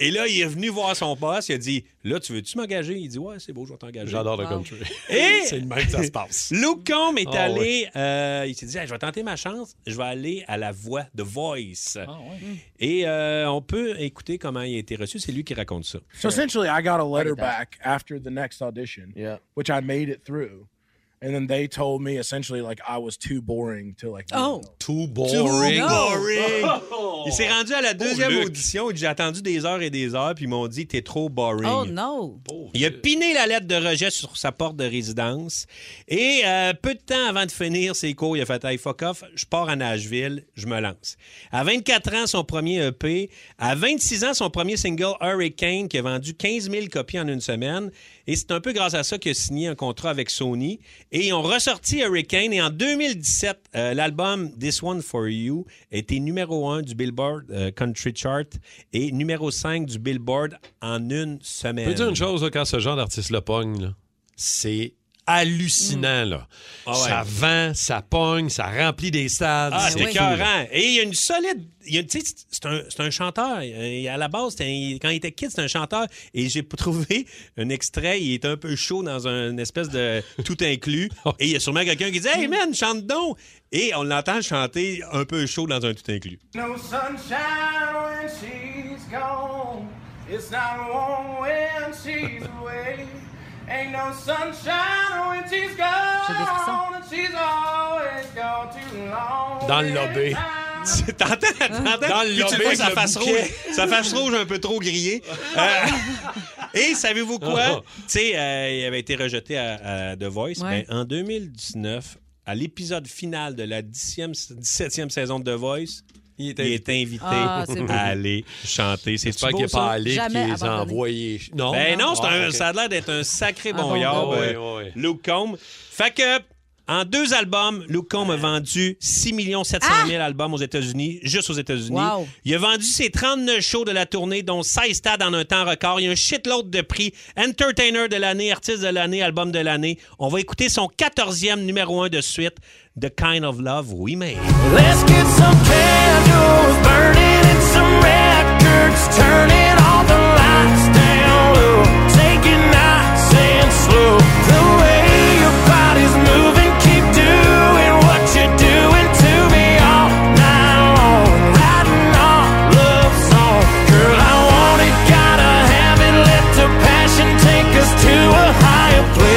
et là, il est venu voir son boss, il a dit Là, tu veux-tu m'engager Il dit Ouais, c'est beau, je vais t'engager.
J'adore le
Ah.
country.
Et
C'est le même que ça se passe.
Luke Combs est
Ah,
allé, euh, il s'est dit Hey, Je vais tenter ma chance, je vais aller à la voix, The Voice.
Ah
Et euh, on peut écouter comment il a été reçu, c'est lui qui raconte ça.
So essentially, I got a letter
Write it down.
back after the next audition, yeah, which I made it through, and then they told me essentially like I was too boring to like.
Oh.
Too
boring.
No.
Boring.
Oh.
Il s'est rendu à la deuxième
Oh, Luc.
audition. Il dit J'ai attendu des heures et des heures, puis ils m'ont dit T'es trop boring.
Oh non!
Il a piné la lettre de rejet sur sa porte de résidence. Et euh, peu de temps avant de finir ses cours, il a fait Hey, fuck off, je pars à Nashville, je me lance. À 24 ans, son premier EP. À 26 ans, son premier single Hurricane, qui a vendu 15 000 copies en une semaine. Et c'est un peu grâce à ça qu'il a signé un contrat avec Sony. Et ils ont ressorti Hurricane. Et en 2017, euh, l'album This One for You était numéro 1 du Billboard euh, Country Chart et numéro 5 du Billboard en une semaine.
Je peux dire une chose, là, quand ce genre d'artiste-là pogne, là, c'est hallucinant. Là.
Ah ouais.
Ça vend, ça pogne, ça remplit des stades.
Ah, c'est
fou, là.
écœurant. Et il y a une solide. il y a- tu sais, c'est- c'est un, c'est un chanteur. Et à la base, c'était un- quand il était kid, c'était un chanteur. Et j'ai trouvé un extrait. Il est un peu chaud dans un- une espèce de tout inclus. Et il y a sûrement quelqu'un qui dit Hey man, chante donc. Et on l'entend chanter un peu chaud dans un tout inclus.
No sunshine when she's gone. It's not warm when she's away. Ain't no sunshine when she's gone. And she's always gone too long.
Dans le lobby.
T'entends,
Hein?
t'entends?
Ah. Dans le
Puis tu
lobby
le vois,
avec
sa
le
face
bouquet.
rouge. Sa face rouge un peu trop grillée. Euh, et savez-vous quoi? Tu sais, euh, il avait été rejeté à, à The Voice.
Ouais.
Ben, en 2019, à l'épisode final de la 10e, 17e saison de The Voice, il est, invité
Ah, c'est beau.
à aller chanter. C'est
J'espère qu'il n'est pas allé, qu'il les a envoyés. Non.
ben non, c'est
Ah,
un-
ok.
ça a l'air d'être un sacré
Ah,
bon
bon,
yard,
bon.
euh,
Oui, oui,
Luke Combs. Fait que, en deux albums, Luke Combs a vendu 6 700 000
Ah!
albums aux États-Unis, juste aux États-Unis.
Wow.
Il a vendu ses 39 shows de la tournée, dont 16 stades en un temps record. Il y a un shitload de prix. Entertainer de l'année, artiste de l'année, album de l'année. On va écouter son 14e numéro 1 de suite, The Kind of Love We Made.
Let's get some candles burning and some records turning all the lights down low. Take it nice and slow. The way your body's moving, keep doing what you're doing to me all night long. Riding our love song, girl, I want it, gotta have it. Let the passion take us to a higher place.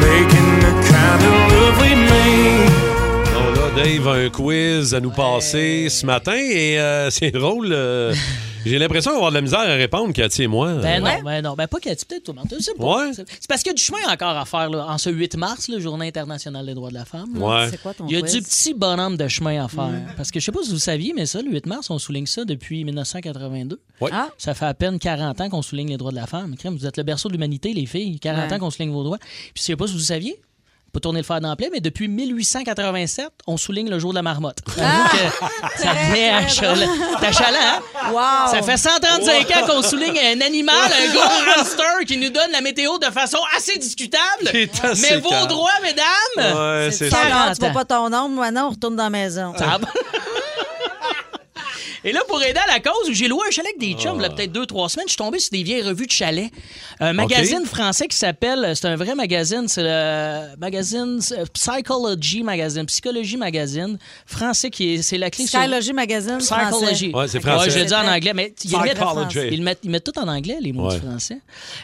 Making the kind of love we made.
Donc là, Dave a un quiz à nous passer ce matin et euh, c'est drôle. euh, J'ai l'impression d'avoir de la misère à répondre, Cathy et moi.
Ben
Euh,
non, ben non. Ben pas Cathy, peut-être tout le monde. Je sais pas.
Ouais.
C'est c'est parce qu'il y a du chemin encore à faire là, en ce 8 mars, le Journée internationale des droits de la femme. là.
Ouais. C'est quoi ton
Il y a
quiz? Mm.
du petit bonhomme de chemin à faire.
Ouais.
Parce que je sais pas si vous saviez, mais ça, le 8 mars, on souligne ça depuis 1982.
Ouais.
Ça fait à peine 40 ans qu'on souligne les droits de la femme. Crème, vous êtes le berceau de l'humanité, les filles. 40
Ouais.
ans qu'on souligne vos droits. Puis je sais pas si vous saviez. Pas tourner le fer dans la plaie, mais depuis 1887, on souligne le jour de la marmotte.
Ah!
J'avoue que ça venait à Cholet. C'est à Cholet, hein?
Wow.
Ça fait 135 ans qu'on souligne un animal, un gros
Wow.
hamster qui nous donne la météo de façon assez discutable.
Qui est assez
mais vos
calme.
droits, mesdames.
Ouais, c'est ça.
40
tu vois
ans.
pas ton nombre, moi non, on retourne dans la maison.
Et là, pour aider à la cause, j'ai loué un chalet avec des
Ah.
chums, il y a peut-être deux, trois semaines. Je suis tombé sur des vieilles revues de chalets. Un magazine français qui s'appelle, c'est un vrai magazine, c'est le magazine euh, Psychology Magazine, Psychologie Magazine, français qui est, c'est la clé sur-
Psychology Magazine,
Psychology.
français. Ouais, c'est
français.
je le dis en anglais, mais ils le mettent,
Psychology.
ils le mettent- ils mettent tout en anglais, les mots
Ouais.
du français.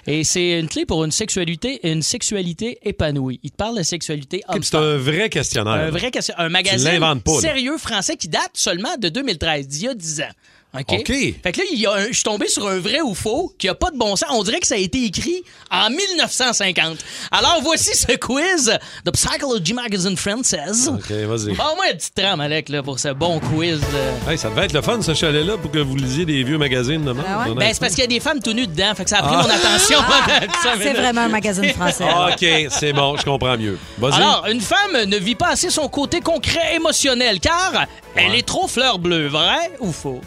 Et c'est une clé pour une sexualité, une sexualité épanouie. Ils te parlent de sexualité homme
C'est un vrai questionnaire.
un vrai question- un magazine
Tu l'inventes pas, là.
sérieux français qui date seulement de 2013, d'il y a 10 ans. OK?
OK.
Fait que là, il y a un- je suis tombé sur un vrai ou faux qui a pas de bon sens. On dirait que ça a été écrit en 1950. Alors, voici ce quiz de Psychology Magazine Française. Ah,
OK, vas-y.
Bon, au moins, une petite trame, Alec, là, pour ce bon quiz. euh. de-
Hey, ça devait être le fun, ce chalet-là, pour que vous lisiez des vieux magazines de
Ah
merde.
Ben, c'est parce qu'il y a des femmes tout nues dedans. Fait que ça a pris
Ah.
mon attention. pendant cinq
Ah, C'est
minutes.
vraiment un magazine français.
OK, c'est bon, je comprends mieux. Vas-y.
Ah, Alors, une femme ne vit pas assez son côté concret émotionnel car elle est trop fleur bleue, vrai ou faux?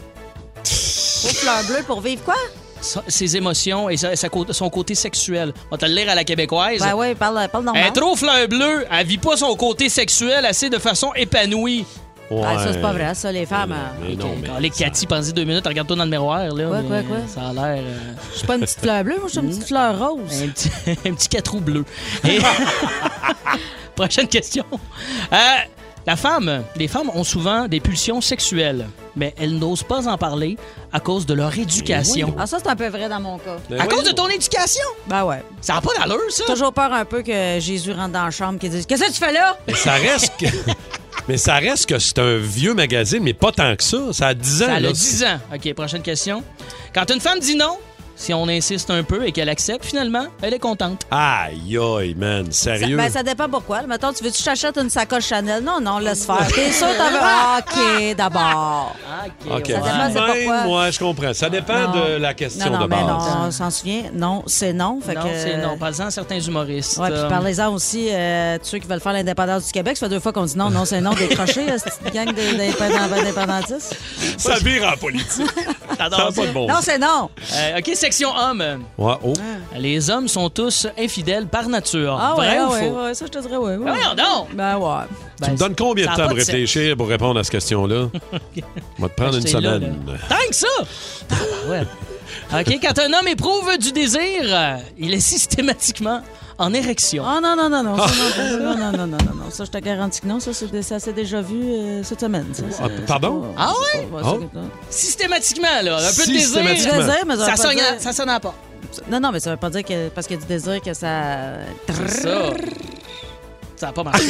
Faut fleur bleue pour vivre quoi?
Sa- Ses émotions et sa- sa cô- son côté sexuel. On va te le lire à la québécoise.
Ben ouais, parle, parle normal.
Elle est trop fleur bleue, elle vit pas son côté sexuel assez de façon épanouie.
Ah, ça, c'est pas vrai, ça, les femmes. euh,
Mais non, mais... Cathy, pensez deux minutes, regarde-toi dans le miroir. Là,
Quoi,
mais
quoi, quoi?
Ça a l'air. euh,
Je suis pas une petite fleur bleue, moi, je suis une petite fleur rose.
Un petit, un petit quatre roues bleu. Et- Prochaine question. Euh, la femme, les femmes ont souvent des pulsions sexuelles, mais elles n'osent pas en parler à cause de leur éducation.
Ah, ça, c'est un peu vrai dans mon cas.
Ben
À cause de ton éducation?
Ben ouais.
Ça n'a pas d'allure, ça.
J'ai toujours peur un peu que Jésus rentre dans la chambre et dise Qu'est-ce que tu fais là?
Mais ça reste que. Mais ça reste que c'est un vieux magazine, mais pas tant que ça. Ça a 10 ans.
Ça a
là.
10 ans. OK, prochaine question. Quand une femme dit non, si on insiste un peu et qu'elle accepte, finalement, elle est contente.
Aïe, aïe, man.
Ça-
Sérieux?
ben, ça dépend pourquoi. Mettons, tu veux que je t'achète une sacoche Chanel? Non, non, laisse faire.
Ben,
T'es sûr, t'en veux? OK, d'abord.
euh,
OK.
Ça dépend, c'est
Ouais,
pourquoi.
ouais, je comprends. Ça dépend
Non.
de la question
non, non,
de base.
mais non, on s'en souvient. Non, c'est non. Fait
non,
que...
c'est non. Parlez-en à certains humoristes.
Ouais, puis
Euh,
parlez-en aussi, euh, de ceux qui veulent faire l'indépendance du Québec. Ça fait deux fois qu'on dit non, non, c'est non, décrocher, euh, cette gang d'indépendants- d'indépendantistes.
Ça vire en politique.
J'adore
Ça a
ça.
pas de bon
Non,
sens.
c'est non.
Euh, OK, section hommes.
Ouais, oh.
Les hommes sont tous infidèles par nature.
Ah ouais,
Vrai
ah
ou
ouais,
faux?
ouais, ça, je te dirais, ouais. ouais.
Ben voyons donc!
Ben ouais.
Tu me donnes combien de temps pour réfléchir, pour répondre à cette question-là? On va te prendre une
J'étais là,
semaine.
Tant que ça! Ouais. OK, quand un homme éprouve du désir, euh, il est systématiquement en érection.
Ah non, non, non, non, ça,
Ah.
non, non, non, non, non, non, non, ça, je te garantis que non, ça, c'est- ça s'est déjà vu euh, cette semaine. ça,
Ah,
c'est-
pardon?
Ah ouais?
c'est pas-
Ah.
ouais, c'est-
Systématiquement, là. Un peu de désir.
Systématiquement.
Désir, mais ça
ça,
veut pas
sonne à-
dire-
ça sonne à pas.
Non, non, mais ça veut pas dire que parce qu'il y a du désir que ça.
Ça. Ça a pas marché.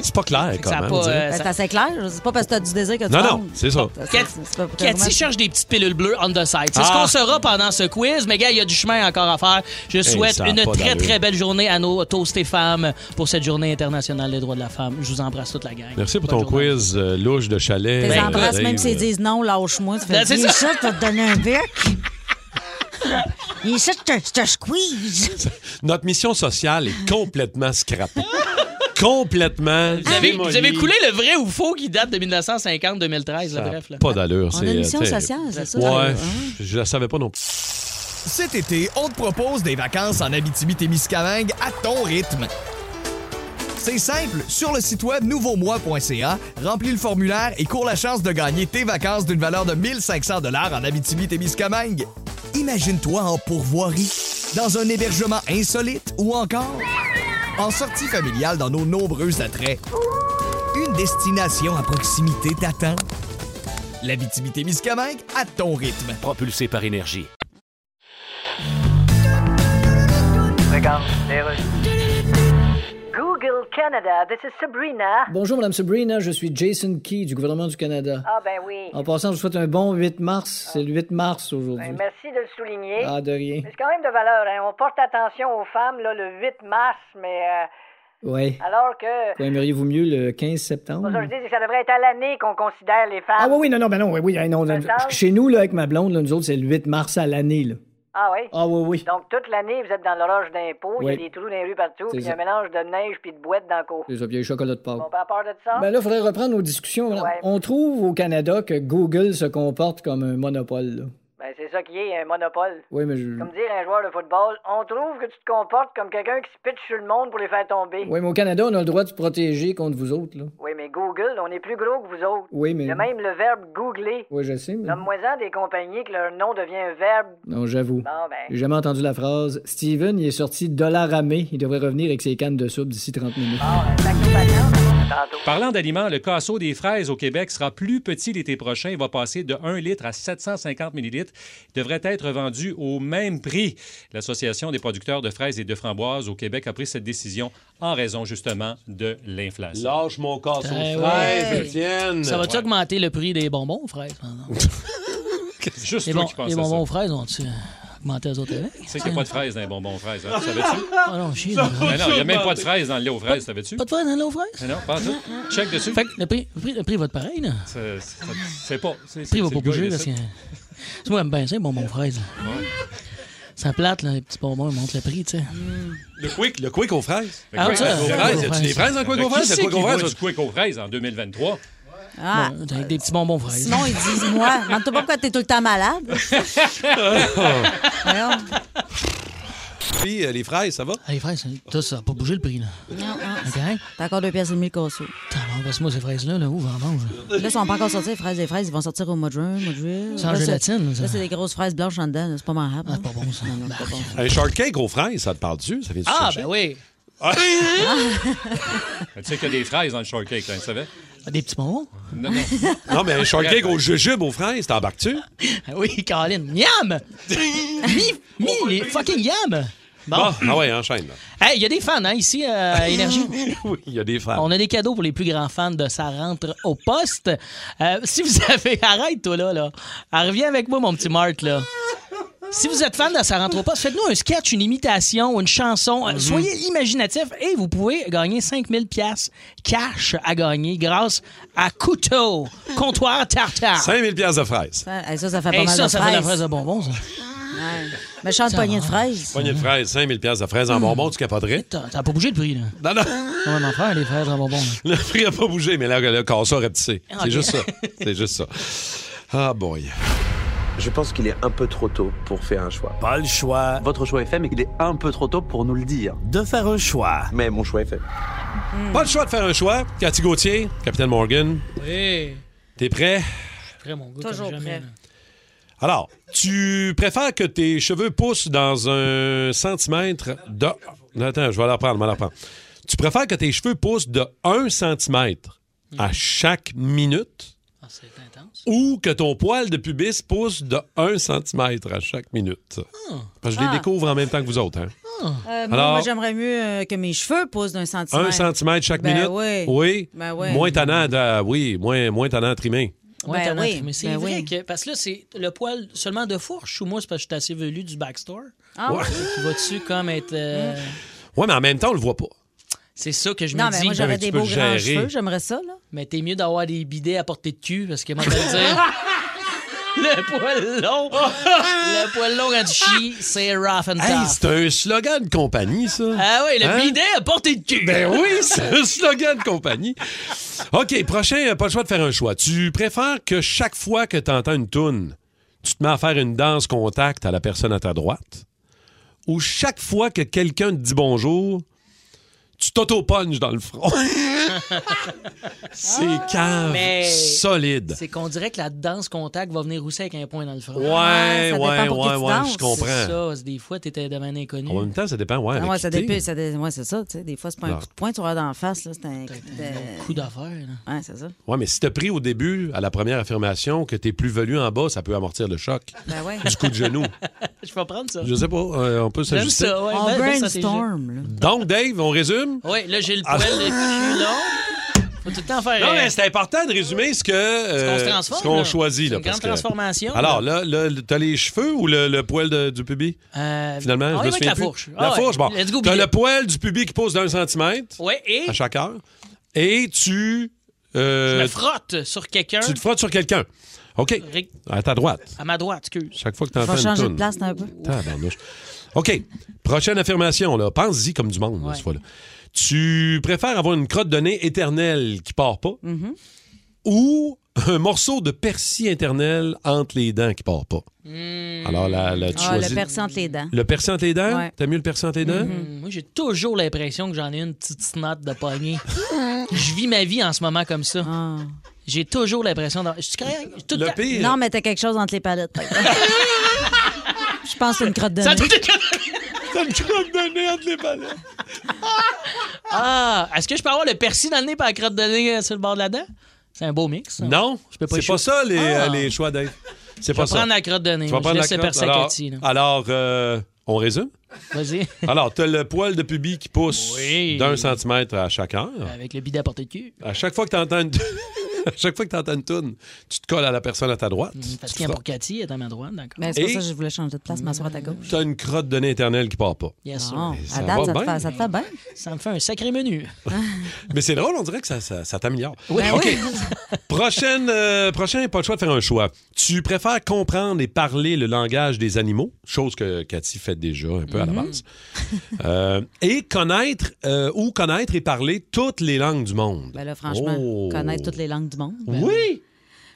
C'est pas clair, quand
a
même.
pas,
on dirait.
euh,
Ben,
ça-
C'est assez clair. je- C'est pas parce que t'as du désir que tu
Non,
parles.
non, c'est ça.
Cathy,
pas pour
Cathy
vraiment-
cherche des petites pilules bleues on the side. C'est ce
Ah.
qu'on saura pendant ce quiz, mais gars, il y a du chemin encore à faire. Je souhaite
ça a
une
pas
très,
d'allure.
très belle journée à nos toastés femmes pour cette journée internationale des droits de la femme. Je vous embrasse toute la gang.
Merci pour ton quiz euh, louche de chalet.
Tes
Ben,
embrasses,
Dave,
même s'ils
euh,
disent non, lâche-moi. Tu
Ben,
fais
c'est
viens
ça.
ça, tu vas te donner un bec. Viens ça, je te- je te squeeze.
Notre mission sociale est complètement scrappée. complètement.
Vous avez,
démolie.
Ah, vous avez coulé le vrai ou faux qui date de 1950-2013, là, bref. Là.
Pas d'allure.
On a
c'est,
une
euh,
mission
terrible.
sociale, c'est ça?
Ouais,
Ah.
je la savais pas non plus.
Cet été, on te propose des vacances en Abitibi-Témiscamingue à ton rythme. C'est simple, sur le site web nouveaumois.ca, remplis le formulaire et cours la chance de gagner tes vacances d'une valeur de 1500 dollars en Abitibi-Témiscamingue. Imagine-toi en pourvoirie, dans un hébergement insolite ou encore en sortie familiale dans nos nombreux attraits. Une destination à proximité t'attend. L'Abitibi-Témiscamingue à ton rythme.
Propulsé par énergie.
Google Canada, this is Sabrina.
Bonjour, Madame Sabrina, je suis Jason Key du gouvernement du Canada.
Ah ben oui.
En passant, je vous souhaite un bon 8 mars. C'est le 8 mars aujourd'hui.
Ben, merci de le souligner.
Ah, de rien.
Mais c'est quand même de valeur. Hein. On porte attention aux femmes là, le 8 mars, mais
Ouais.
euh, alors que...
Quoi, aimeriez-vous mieux le 15 septembre?
Pour ça, je dis que ça devrait être à l'année qu'on considère les femmes.
Hmm. Ah oui, oui, non, non, ben non, oui, oui, hey, non, là,
Attends.
parce que chez nous, là, avec ma blonde, là, nous autres, c'est le 8 mars à l'année, là.
Ah oui?
Ah oui, oui.
Donc, toute l'année, vous êtes dans l'orage d'impôts, il y
Oui.
a des trous dans les rues partout,
C'est
puis il y a un
ça.
mélange de neige puis de boîtes dans le cours.
Les vieilles chocolats de Pâques.
On pas peur de ça?
Ben là, il faudrait reprendre nos discussions. madame.
Ah. Ouais.
On trouve au Canada que Google se comporte comme un monopole, là.
Ben, c'est ça qui est, un monopole.
Oui, mais je...
Comme dire à un joueur de football, on trouve que tu te comportes comme quelqu'un qui se pitche sur le monde pour les faire tomber.
Oui, mais au Canada, on a le droit de se protéger contre vous autres, là.
Oui, mais Google, on est plus gros que vous autres.
Oui, mais-
Il y a même le verbe googler.
Oui, je sais, mais...
Nomme-moi-en des compagnies que leur nom devient un verbe.
Non, j'avoue.
Bon, ben.
J'ai jamais entendu la phrase « Steven, il est sorti dollar à mai. Il devrait revenir avec ses cannes de soupe d'ici 30 minutes.
Ah.
Parlant d'aliments, le casseau des fraises au Québec sera plus petit l'été prochain. Il va passer de 1 litre à 750 millilitres. Il devrait être vendu au même prix. L'Association des producteurs de fraises et de framboises au Québec a pris cette décision en raison justement de l'inflation.
Lâche mon casseau
Eh
Euh,
de
ouais.
fraises, Étienne.
Ça va-tu augmenter le prix des bonbons aux fraises, par exemple?
Juste
les,
toi
bon-
qui penses
les
à
bonbons
ça.
aux fraises ont-tu augmenté les autres avec?
Tu sais qu'il n'y a pas de fraises dans les bonbons aux fraises, hein? Tu savais-tu?
Ah non, chier.
Ben non, il n'y a même pas de fraises dans le lait aux fraises, savais-tu?
Pas de fraises dans l'eau aux fraises? Ah, Mm,
Ben Non, pas en tout. Check dessus.
Fait que le prix, le prix, le prix va être pareil, là.
C'est- c'est- C'est pas. c'est-
Le
c'est-
prix va
c'est
pas
le gars,
bouger
il
parce que.
essaie.
Tu vois, ben, c'est bon, mon fraise. Ça plate, là, les petits bonbons, ils montent le prix, tu sais.
Le quick, le quick aux fraises.
Le Ah, quick ça, aux
aux
ça,
fraises.
aux
Y a-tu
fraises.
des fraises dans le quick aux
Qui
fraises? Le
c'est
quick
qui
aux
boit
fraises,
du quick aux fraises en 2023?
Ah.
Bon, avec des petits bonbons fraises.
Sinon, ils disent moi. Demande-toi pas pourquoi t'es tout le temps malade. Voyons.
Puis euh, les fraises, ça va?
Ah, Les fraises, ça, ça n'a pas bougé le prix, là.
Non, non.
OK? hein?
T'as encore deux pièces et demie cassées.
Alors, passe-moi ces fraises-là, là, où j'en mange?
Là, ils sont pas encore sortis, les fraises. Les fraises, ils vont sortir au mois de juin, mois de juillet.
Sans
Là,
gélatine,
c'est-
ça.
Là, c'est des grosses fraises blanches en dedans. là. C'est pas mangeable.
c'est pas bon, ça.
Un shortcake aux fraises, ça te parle dessus? Ça vient du
Ah,
chercher? Ah.
ben oui.
Tu sais qu'il y a des fraises dans le shortcake, tu le savais?
Des petits bonbons?
Non, non.
Non, mais un shortcake aux jujubes aux fraises, t'embarques-tu?
Ah Oui, Colin. Miam! mi, mi, les fucking yam! Bon.
Ah, ah ouais, enchaîne. là.
Hey, il y a des fans, hein, ici, à Énergie.
Oui, il y a des frères.
On a des cadeaux pour les plus grands fans de Ça rentre au poste. Euh, si vous avez. Arrête, toi, là. là. Ah, Reviens avec moi, mon petit Mart, là. Si vous êtes fan de Ça rentre au poste, faites-nous un sketch, une imitation, une chanson. Euh,
Mhm.
Soyez imaginatifs et vous pouvez gagner 5000 pièces cash à gagner grâce à Couteau, comptoir tartare.
5000 pièces de fraises.
Ça, hey, ça, ça fait pas
Hey,
mal
ça,
de
ça fait
fraises.
de la fraise de bonbons, ça.
Ouais. Mais chante poignée de fraises.
Poignée de fraises, 5000 pièces de fraises en
Hmm.
bonbons, tu capoterais?
T'as pas bougé le prix, là.
Non, non.
On va m'en faire, les fraises en bonbons. là.
Le prix n'a pas bougé, mais là, le casseur est petit. C'est
Ok.
juste ça. C'est juste ça. Ah, boy.
Je pense qu'il est un peu trop tôt pour faire un choix. Pas le choix. Votre choix est fait, mais il est un peu trop tôt pour nous le dire. De faire un choix. Mais mon choix est fait.
Pas le choix de faire un choix. Cathy Gauthier, Capitaine Morgan,
Oui,
t'es prêt?
je suis prêt, mon gars.
Toujours
comme
prêt.
jamais.
Alors, tu préfères que tes cheveux poussent dans un centimètre de... Non, attends, je vais la reprendre, je vais la reprendre. Tu préfères que tes cheveux poussent de 1 centimètre à chaque minute
Ah, c'est intense.
ou que ton poil de pubis pousse de 1 centimètre à chaque minute? Parce que je les
Ah.
découvre en même temps que vous autres. Hein?
Euh, moi,
Alors-
moi, j'aimerais mieux euh, que mes cheveux poussent d'un centimètre.
Un centimètre chaque
Ben
minute?
oui.
Oui?
Ben oui.
Moins tannant, de- oui, moins, moins tannant à trimer.
Ouais,
Ben
t'as
oui,
raison, Mais c'est
ben
vrai
oui.
que. Parce que là, c'est le poil seulement de fourche ou moi, c'est parce que je suis assez velu du backstore.
Ah ouais?
Qui va-tu comme être. euh,
Ouais, mais en même temps, on le voit pas. Ben,
C'est ça que je
Non,
me
mais
dis.
moi, j'aurais des
peux
beaux grands
gérer.
cheveux. J'aimerais ça, là.
Mais t'es mieux d'avoir des bidets à portée de cul parce que moi, je vais te dire. Le poil long! le poil long quand tu chies, c'est rough and
Hey,
tough.
c'est un slogan de compagnie, ça.
Ah oui, le
Hein?
bidet à portée de cul!
Ben oui, c'est un slogan de compagnie. OK, prochain, euh, pas le choix de faire un choix. Tu préfères que chaque fois que tu entends une toune, tu te mets à faire une danse contact à la personne à ta droite ou chaque fois que quelqu'un te dit bonjour, tu t'auto-punches dans le front. c'est cave
Ah, Mais
solide.
C'est qu'on dirait que la danse contact va venir aussi avec un point dans le front.
Ouais, Ouais, ça dépend ouais, pour qui ouais, tu ouais, danses. je comprends.
C'est ça, c'est des fois, t'étais devant un inconnu.
En même temps, ça dépend, ouais.
Ah
avec
ouais,
qui
ça
t'es.
dépend. Ça dé- ouais, c'est ça. Tu sais, des fois, c'est pas un
Non.
coup de poing, tu regardes en face. là, C'est un coup de-
Coup d'affaire, là.
Ouais, c'est ça.
Ouais, mais si t'as pris au début, à la première affirmation, que t'es plus velu en bas, ça peut amortir le choc.
Ben ouais.
Du coup de genou.
Je vais prendre ça.
Je sais pas, euh, on peut
J'aime
s'ajuster.
ça, ouais.
On
belle- belle
brainstorm, là.
Donc, Dave, on résume?
Oui, là, j'ai le
Ah.
poil le plus long. Faut tout le temps faire.
Non, mais
euh,
c'est important de résumer ce que euh,
qu'on se transforme,
ce qu'on
là.
choisit.
C'est
là,
une
parce
grande
que-
transformation,
Alors, là, là, t'as les cheveux ou le, le poil de- du pubis?
euh,
Finalement,
on y
je
va
me
avec
souviens
la
plus.
fourche.
La
Ah ouais,
fourche, bon.
Let's go,
T'as
bidet.
le poil du pubis qui pousse d'un centimètre
Ouais, et
à chaque heure. Et tu... euh,
je me frotte sur quelqu'un
tu te frottes sur quelqu'un. OK.
Ric-
À ta droite.
à ma droite, excuse.
Chaque fois que
On
t'entends
va
une
changer de
toune.
place un peu.
Tabarnouche. OK. Prochaine affirmation, là. Pense-y comme du monde, là,
Ouais.
cette fois-là. Tu préfères avoir une crotte de nez éternelle qui part pas
Mhm.
ou un morceau de persil éternel entre les dents qui part pas? Alors, là, là, tu
Ah,
choisis...
le persil entre les dents.
Le persil entre les dents?
Ouais. Mhm.
T'as mieux le persil entre les dents?
Hum, Moi, j'ai toujours l'impression que j'en ai une petite snot de poignée. je vis ma vie en ce moment comme ça. J'ai toujours l'impression d'en- Je suis correct? Tout
Le
temps-
pire-
Ah. Non, mais t'as quelque chose entre les palettes. par exemple. Je pense que c'est une crotte de
Ça
nez.
doit être-
T'as une crotte de nez entre les palettes.
Ah! Est-ce que je peux avoir le persil dans le nez par la crotte de nez euh, sur le bord de la dent? C'est un beau mix. ça.
Non,
Je peux pas
c'est pas
échouer.
ça, les,
Ah.
euh, les choix d'Aide. C'est
Je
pas
vais
ça.
prendre la crotte de nez.
Tu
Moi,
vas
je
prendre
laisse
la
le
crotte.
persil à
Alors,
Cathy, là.
alors euh, on résume?
Vas-y.
Alors, t'as le poil de pubis qui pousse
Oui.
d'un centimètre à chaque heure.
Avec le bidet à portée de cul.
À chaque fois que t'entends une... à chaque fois que t'entends une toune, tu te colles à la personne à ta droite. Tu te
Fatiguant
frappes.
pour Cathy, elle est à ma droite, d'accord.
Mais Ben, c'est pour
Et-
ça que je voulais changer de place, m'asseoir à ta gauche.
T'as une crotte de nez éternelle qui part pas.
Yes, sir.
Non,
ça
à
va
date, ça te,
bien.
fait, ça te fait bien.
Ça me fait un sacré menu.
Mais c'est drôle, on dirait que ça, ça- ça t'améliore.
Ben Oui.
OK. Prochaine, euh, prochain, pas le choix de faire un choix. Tu préfères comprendre et parler le langage des animaux, chose que Cathy fait déjà un peu à la
Mhm.
base, Euh, et connaître euh, ou connaître et parler toutes les langues du monde.
Ben là, franchement,
Oh.
connaître toutes les langues du monde. ben
Oui!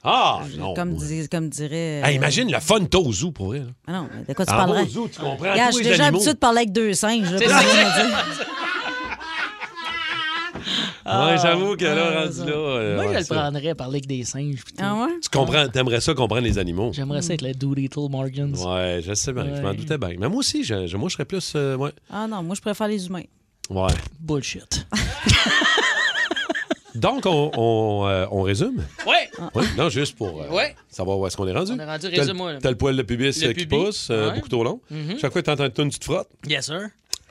Ah, non.
Comme, dis- comme dirait. euh,
Hey, imagine le fun tôt au zoo pour elle.
Ah non, mais de quoi tu
En
parlerais?
gros, zoo, tu comprends tous
Regarde, je suis
les
déjà
animaux.
habituée de parler avec deux singes. là,
C'est
pour
ça.
rien dire. Ah.
ouais, j'avoue que là, rendu là. euh,
Moi,
ouais,
je le
ça.
prendrais, parler avec des singes. puis tout.
Ah ouais?
Tu comprends, t'aimerais ça comprendre les animaux.
J'aimerais ça être le Doolittle Morgans.
Ouais, je sais bien, je m'en
Ouais.
doutais bien. Mais moi aussi, je, je- moi, je serais plus. euh, ouais.
Ah non, moi, je préfère les humains.
ouais.
Bullshit.
Donc, on, on, euh, on résume?
Ouais.
Ah.
Oui, non, juste pour euh,
Ouais.
savoir où est-ce qu'on est rendu.
On est rendu,
T'as le-
résume-moi, là.
T'as le poil de pubis
Le
euh, qui
pubis,
pousse, euh,
ouais.
beaucoup trop long.
Mhm.
Chaque fois que t'entends une tonne, tu te frottes.
Yes, sir.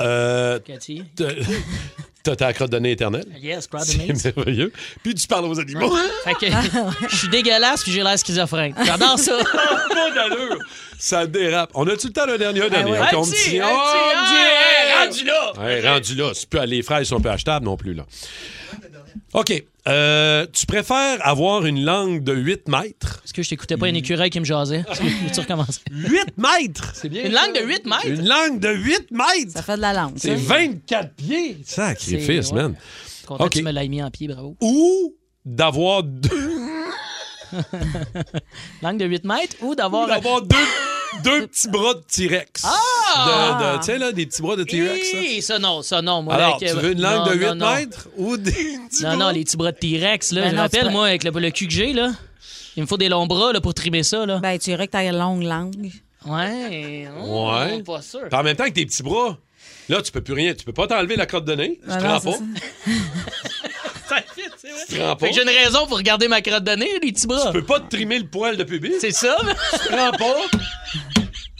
Euh,
Cathy.
t'as- T'as ta crotte de nez éternelle.
Yes, proud of me.
C'est merveilleux. Puis tu parles aux animaux.
Fait que
Ah
je suis dégueulasse puis j'ai l'air schizophrène. J'adore ça.
Pas d'allure. Ça dérape. On a-tu le temps d'un dernier? Un dernier?
Ben
Ok,
ouais.
on
Un
me
petit,
dit-
un
Oh,
petit,
on me dit-
hey, rendu là.
Ouais, rendu là. C'est plus- les fraises sont plus achetables non plus. là. OK. Euh, tu préfères avoir une langue de 8 mètres?
Est-ce que je t'écoutais pas un écureuil qui me jasait? tu recommences.
8 mètres! C'est bien.
Une
ça.
langue de 8 mètres?
Une langue de 8 mètres!
Ça fait de la hein. langue.
C'est 24 pieds! Sacrifice,
C'est- ouais.
man.
Content
OK.
que tu me l'aies mis en pied, bravo.
Ou d'avoir deux,
Langue de 8 mètres ou d'avoir.
d'avoir deux, deux petits bras de T-Rex.
Ah!
De- de- Tu sais, là, des petits bras de T-Rex. là.
Hi, ça non, ça non. Moi,
Alors,
avec,
tu
euh,
veux une langue
non,
de 8
non, non.
mètres ou des petits bras?
Non, non, les petits bras de T-Rex, là.
Ben
je
non,
rappelle,
c'est pas-
moi, avec le, le cul que j'ai, là. Il me faut des longs bras, là, pour trimer ça, là.
Ben, tu dirais que t'as une longue langue.
Ouais.
Ouais.
Oh, Pas sûr.
Puis en même temps, avec tes petits bras, là, tu peux plus rien. Tu peux pas t'enlever la crotte de nez.
Ben
Tu te
Ah non,
rends pas. Tu te rends pas.
Fait que j'ai une raison pour regarder ma crotte de nez, les petits bras.
Tu peux pas te trimer le poil de pubis.
C'est ça, là.
Tu te rends pas.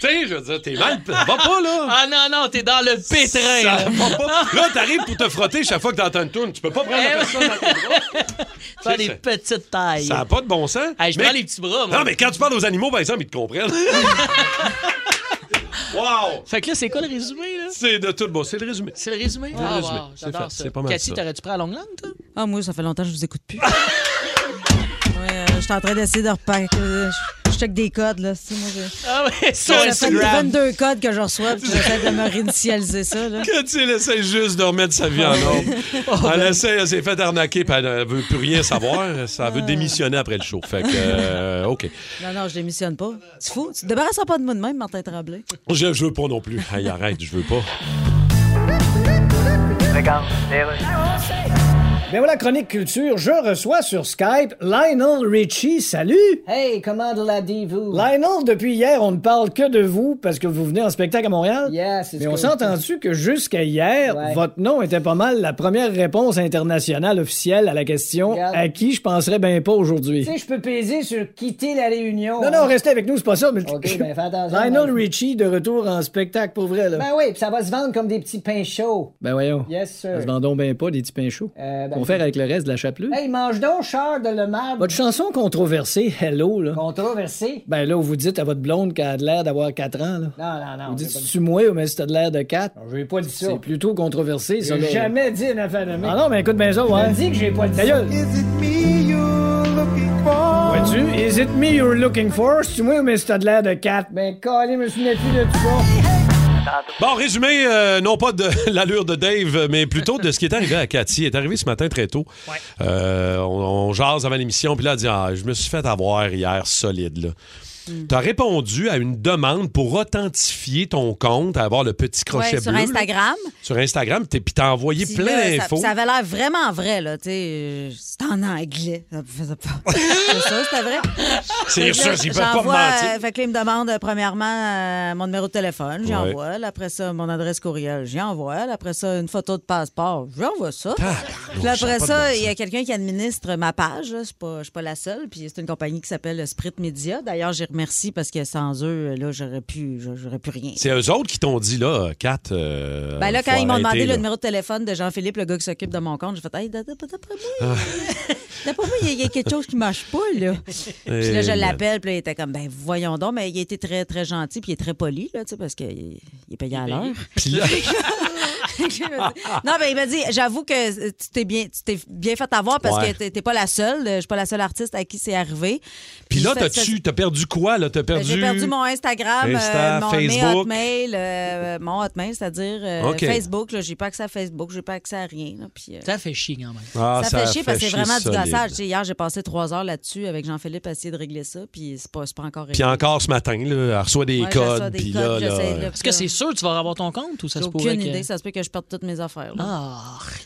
Tu sais, je veux dire, t'es mal. Ça va pas, là.
Ah non, non, t'es dans le pétrin.
Ça
là.
va pas. Là, t'arrives pour te frotter chaque fois que t'entends une tourne. Tu peux pas prendre la
Eh
personne dans tes bras.
Faire
Tu sais,
des
ça-
petites tailles.
Ça n'a pas de bon sens.
Hey, je
Mais-
prends les petits bras, moi.
Non, mais quand tu parles aux animaux, par exemple, ils te comprennent. wow!
Fait que là, c'est quoi le résumé, là?
C'est de tout bon. C'est le résumé.
C'est le résumé?
le
Ah,
résumé.
wow,
C'est
j'adore
fait.
ça.
C'est pas mal
Cathy,
ça.
t'aurais-tu pris à longue langue, toi?
Ah, moi, ça fait longtemps que je vous écoute plus. Moi, euh, je suis en train d'essayer de repérer. euh, Je, je check des codes, là. c'est- moi, je-
Ah ouais,
Ça, ça fait 22 codes que je reçois, puis j'essaie de me réinitialiser ça, là.
Que tu essaie juste de remettre sa vie en
Oh,
ordre.
Ah,
Elle
ben.
essaie, elle s'est fait arnaquer, puis elle ne veut plus rien savoir. Ça veut démissionner après le show. Fait que, euh, OK.
Non, non, je démissionne pas. Tu fous? Tu te débarrasses pas de moi de même, Martin Tremblay.
Je, je veux pas non plus. Hey, arrête, je veux pas.
Regarde,
Ben voilà, Chronique Culture, je reçois sur Skype Lionel Richie. Salut! Hey, comment la vous Lionel, depuis hier, on ne parle que de vous parce que vous venez en spectacle à Montréal.
Yes, it's
Mais on
good.
s'est entendu que jusqu'à hier,
Ouais.
votre nom était pas mal la première réponse internationale officielle à la question
Regarde.
à qui je penserais ben pas
Tu
aujourd'hui.
sais, je peux peser sur quitter la réunion.
Non, non, restez avec nous, c'est pas ça. Mais...
OK, ben fais attention.
Lionel Richie de retour en spectacle pour vrai, là.
Ben oui, puis ça va se vendre comme des petits pains chauds.
Ben voyons.
Yes, sir.
Ça se vend donc ben pas des petits pains chauds.
Euh, ben,
On va faire avec le reste de la chapelure.
Hey, mange donc, char de le marbre.
Votre chanson controversée, Hello, là.
Controversé.
Ben là, vous dites à votre blonde qu'elle a de l'air d'avoir 4 ans, là.
Non, non, non.
Vous dites,
j'ai pas dit-
tu moi ou mais si t'as de l'air de 4?
J'ai pas dit ça.
C'est plutôt controversé, ça,
J'ai
là.
jamais dit une affaire de
Ah non, mais écoute bien ça, ouais.
Je dis que j'ai pas dit
Ta
ça.
gueule. Vois-tu? Is it me you're looking for? Si tu moi ou mais si t'as de l'air de 4?
Ben, calé, me souviens plus de tout ça.
Bon, résumé, euh, non pas de l'allure de Dave, mais plutôt de ce qui est arrivé à Cathy. Elle est arrivée ce matin très tôt. Euh, on, on jase avant l'émission, puis là, elle dit Ah, Je me suis fait avoir hier solide. Là.
Hmm.
Tu as répondu à une demande pour authentifier ton compte, avoir le petit crochet
Ouais, sur
bleu. là.
Instagram.
Sur Instagram, t'es- puis t'as envoyé
Puis
plein
là, ça-
d'infos.
Ça avait l'air vraiment vrai, là. tu sais, euh, C'était en anglais. Ça me faisait peur. C'est ça, c'était vrai?
C'est
Fait que
sûr,
là,
ils peuvent pas me
j'envoie,
mentir.
euh, fait que là, il me demande euh, premièrement euh, mon numéro de téléphone, j'y
Ouais.
envoie. Là, Après ça, mon adresse courriel, j'y envoie. Là, Après ça, une photo de passeport, j'y envoie ça.
Ah,
Puis là,
ça a
après
pas de
ça,
bon
il y a quelqu'un qui administre ma page. là. C'est pas- Je suis pas la seule. Puis c'est une compagnie qui s'appelle Sprit Media. D'ailleurs, j'y remercie parce que sans eux, là, j'aurais pu, j'aurais pu rien.
C'est eux autres qui t'ont dit, là, Kat. euh,
Ben là, quand
faut
ils m'ont demandé
arrêter,
le
là.
numéro de téléphone de Jean-Philippe, le gars qui s'occupe de mon compte, j'ai fait Hey, d'après d'après
Ah.
moi, d'après moi, il y a- il y a quelque chose qui marche pas, là. Puis là, je
man.
l'appelle, puis là, il était comme, ben voyons donc, mais il a été très, très gentil, puis il est très poli, là, tu sais, parce qu'il est payé à l'heure.
Puis là-
non, mais il m'a dit, j'avoue que tu t'es bien, tu t'es bien fait avoir parce
Ouais.
que t'es- t'es pas la seule. Je suis pas la seule artiste à qui c'est arrivé.
Puis là,
je fais-
t'as-tu, t'as perdu quoi, là? T'as
Ben,
perdu...
J'ai perdu mon Instagram, euh,
Insta,
mon
Facebook.
mes Hotmail, euh, mon Hotmail, c'est-à-dire euh,
OK.
Facebook. là, J'ai pas accès à Facebook, j'ai pas accès à rien. là, puis, euh,
Ça fait chier quand même.
Ah,
ça, fait chier parce que c'est
chier
vraiment du
solide.
gossage. Tu sais, Hier, j'ai passé trois heures là-dessus avec Jean-Philippe à essayer de régler ça, puis c'est pas, c'est pas encore
Puis
réglé.
encore ce matin, là, elle reçoit des
Ouais, je reçois
codes,
des
puis
codes,
là, là...
j'essaie de-
Est-ce que c'est sûr que tu vas avoir ton compte ou ça
J'ai
se pourrait
aucune
que- Ah.
idée, ça se peut que je perde toutes mes affaires. là.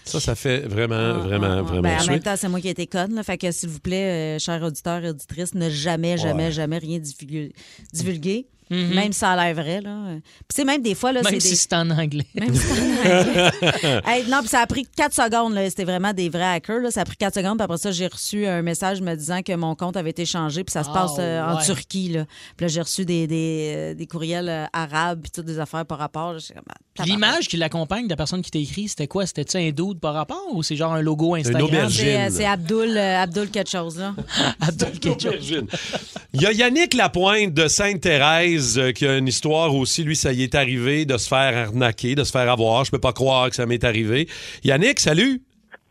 Ça, ça fait vraiment, vraiment, vraiment
Ben, en
suer.
même temps, c'est moi qui ai été conne. Là, fait que, s'il vous plaît, euh, chers auditeurs et auditrices, ne jamais, jamais,
Ouais.
jamais rien divulguer. divulguer,
Mhm.
Même si ça a l'air vrai. Là. Puis, tu sais, même des fois, là,
Même
c'est
si
des-
c'est en anglais.
Même si Hey, non, puis ça a pris 4 secondes. là. C'était vraiment des vrais hackers. là. Ça a pris 4 secondes. Puis après ça, j'ai reçu un message me disant que mon compte avait été changé. Puis ça se
Ah,
passe euh, en
ouais.
Turquie. Là. Puis là, j'ai reçu des, des, euh, des courriels euh, arabes puis toutes des affaires par rapport. là. J'étais comme, ah,
Puis L'image qui l'accompagne de la personne qui t'a écrit, c'était quoi? C'était-tu un dude par rapport ou c'est genre un logo Instagram?
C'est euh, c'est Abdul, euh, Abdul quelque chose. Là.
Aubergine. Il y a Yannick Lapointe de Sainte-Thérèse euh, qui a une histoire aussi. Lui, ça y est arrivé de se faire arnaquer, de se faire avoir. Je peux pas croire que ça m'est arrivé. Yannick, salut.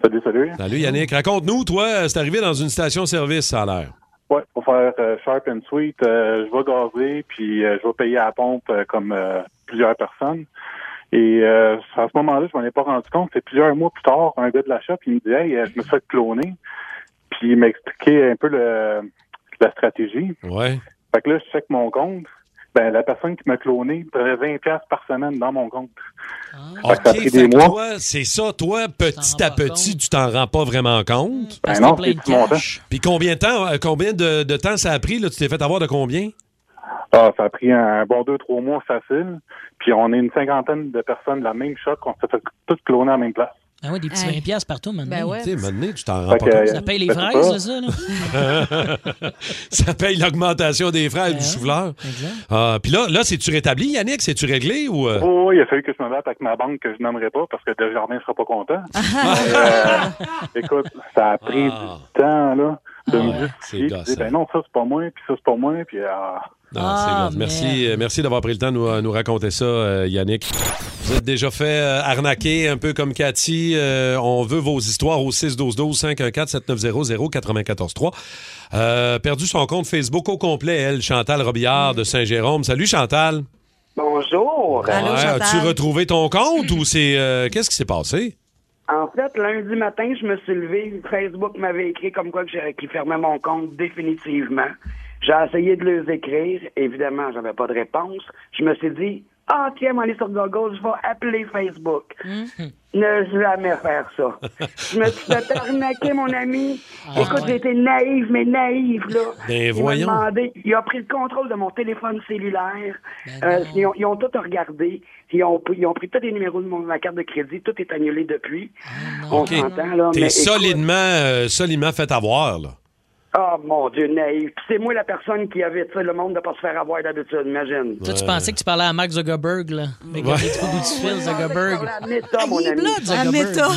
Salut, salut.
Salut Yannick. Raconte-nous, toi, euh, c'est arrivé dans une station-service, ça a l'air.
Ouais, pour faire euh, sharp and sweet, euh, je vais gazer, puis euh, je vais payer à la pompe euh, comme euh, plusieurs personnes. Et euh, à ce moment-là, je m'en ai pas rendu compte. C'est plusieurs mois plus tard, un gars de la shop, il me dit Hey, euh, je me suis fait cloner. Puis il m'a expliqué un peu le, la stratégie.
Ouais.
Fait que là, je check mon compte. Ben, la personne qui m'a cloné prenait 20$ piastres par semaine dans mon compte. Fait que ça a pris des
fait que
mois.
toi, c'est ça, toi, petit à petit, tu t'en rends pas vraiment compte.
Ben Parce non, que t'es plein c'est de tout mon cash.
Puis combien de temps, euh, combien de, de temps ça a pris? Là, tu t'es fait avoir de combien?
Ah, ça a pris un bon deux, trois mois facile. Puis on est une cinquantaine de personnes de la même shop qu'on s'est fait toutes cloner à la même place.
Ah ouais, des petits 20 piastres partout maintenant.
Ben ouais.
Tu sais, maintenant, tu t'en
Fait
rends
que,
pas compte.
euh,
Ça paye les
je sais
fraises,
pas.
là, ça, là.
ça paye l'augmentation des fraises du chou-fleur. Ah, Puis là, là c'est-tu rétabli, Yannick? C'est-tu réglé ou... euh?
Oh, il a fallu que je me batte avec ma banque que je nommerai pas parce que Desjardins sera pas content. Mais, euh, écoute, ça a pris du temps là, de me justifier. puis de dire,
gossant.
ben non, ça c'est pas moi, puis ça c'est pas moi, puis ah.
Ah, c'est vrai. merci euh, merci d'avoir pris le temps de nous, euh, nous raconter ça, euh, Yannick. Vous êtes déjà fait euh, arnaquer, un peu comme Cathy. Euh, on veut vos histoires au 612-12-514-7900-943. Euh, perdu son compte Facebook au complet, elle, Chantal Robillard de Saint-Jérôme. Salut, Chantal.
Bonjour.
Ouais, As-tu retrouvé ton compte ou c'est... euh, Qu'est-ce qui s'est passé?
En fait, lundi matin, je me suis levé. Facebook m'avait écrit comme quoi que j'ai- qu'ils fermaient mon compte définitivement. J'ai essayé de les écrire. Évidemment, j'avais pas de réponse. Je me suis dit, ah tiens, aller sur Google, je vais appeler Facebook. Ne jamais faire ça. je me suis fait arnaquer, mon ami. Écoute, j'ai été naïve, mais naïve, là.
Ah. Ben,
Il m'a
voyons.
demandé- il a pris le contrôle de mon téléphone cellulaire.
Ben
Euh, ils, ont, ils ont tout regardé. Ils ont, ils ont pris tous les numéros de mon- ma carte de crédit. Tout est annulé depuis. On
Ah, OK.
s'entend, là. mais
T'es
écoute-
solidement, euh, solidement fait avoir, là.
Ah, mon Dieu, naïf. Puis c'est moi la personne qui avait, tu sais, le monde de pas se faire avoir d'habitude, imagine.
Toi, tu pensais que tu parlais à Mark Zuckerberg, là. Mais
Ouais.
comme il est au bout du fil, Zuckerberg.
à Meta, mon ami.
Zuckerberg.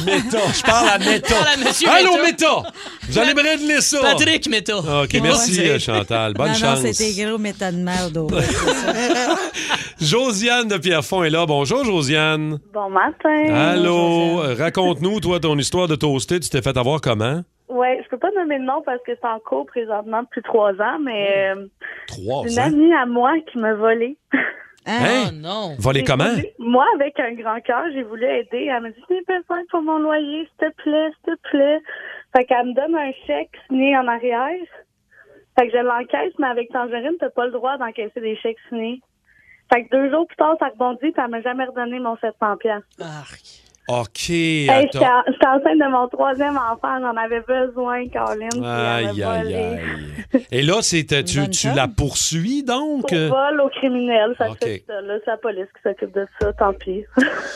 Meta, je parle à
Je parle à
Meta.
Monsieur
Allô,
Meta.
Meta! Vous allez me régler ça!
Patrick Meta.
OK, merci,
Ouais.
euh, Chantal. Bonne
non,
chance.
Non, c'était gros méta de merde. au-
Josiane de Pierrefonds est là. Bonjour, Josiane.
Bon matin.
Allô, euh, raconte-nous, toi, ton histoire de toasté. Tu t'es fait avoir comment?
Ouais, je peux pas nommer le nom parce que c'est en cours présentement depuis trois ans, mais euh,
Oh. Trois
une
ans.
amie à moi qui m'a volé.
Hein?
non.
Volé comment?
moi, avec un grand cœur, j'ai voulu aider. Elle m'a dit, j'ai besoin pour mon loyer, s'il te plaît, s'il te plaît. Fait qu'elle me donne un chèque signé en arrière. Fait que je l'encaisse, mais avec Tangerine, t'as pas le droit d'encaisser des chèques signés. Fait que deux jours plus tard, ça rebondit, puis elle m'a jamais redonné mon 700 piastres.
OK,
Hey, J'étais
attends.
en- j'étais enceinte de mon troisième enfant. J'en avais besoin, Caroline. puis elle
Aïe,
m'a
aïe,
volé.
aïe. Et là, c'était, tu, tu la poursuis, donc?
Au vol au criminel, ça
Ok.
fait ça. là. C'est la police qui s'occupe de ça, tant pis.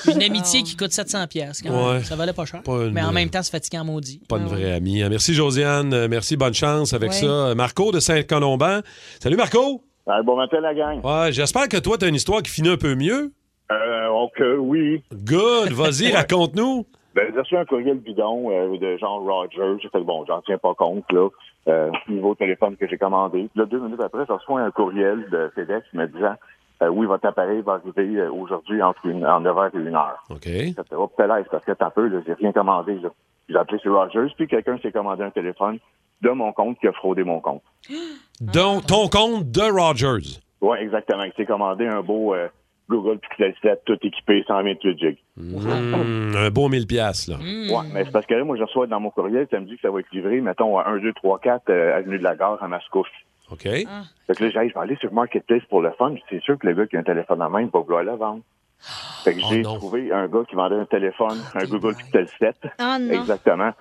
Une amitié qui coûte 700 pièces.
Ouais.
Ça valait pas cher.
Pas une-
Mais en même temps, c'est fatigant maudit.
Pas une vraie amie. hein. Merci, Josiane. Euh, Merci, bonne chance avec
Ouais.
ça. Euh, Marco de Saint-Colomban. Salut, Marco.
Ah, bon matin, la gang.
Ouais, j'espère que toi, tu as une histoire qui finit un peu mieux.
Euh, ok, oui.
Good, vas-y,
Ouais.
raconte-nous.
Ben, j'ai reçu un courriel bidon euh, de Jean Rogers. J'ai fait, bon, j'en tiens pas compte, là, euh, niveau téléphone que j'ai commandé. Puis là, deux minutes après, j'ai reçu un courriel de FedEx me disant, Euh, oui, votre appareil va arriver euh, aujourd'hui entre une, en 9h et 1h.
OK.
Ça fait, hop, là, oh, parce que t'as peu, là, j'ai rien commandé, là. J'ai appelé sur Rogers, puis quelqu'un s'est commandé un téléphone de mon compte qui a fraudé mon compte.
Donc, ton compte de Rogers.
Oui, exactement. Il s'est commandé un beau euh, Google Pixel 7, tout équipé, 128 gigs.
Hmm, un beau 1000 piastres, là.
Ouais, mais c'est parce que là, moi, je reçois dans mon courriel, ça me dit que ça va être livré, mettons, à 1, 2, 3, 4, euh, avenue de la Gare, à Mascouche.
OK.
Fait que là, j'ai dit, je vais aller sur Marketplace pour le fun. puis C'est sûr que le gars qui a un téléphone en main, il va vouloir le vendre. Fait
Oh,
que j'ai trouvé un gars qui vendait un téléphone, un Google Pixel 7.
Ah, non.
Exactement.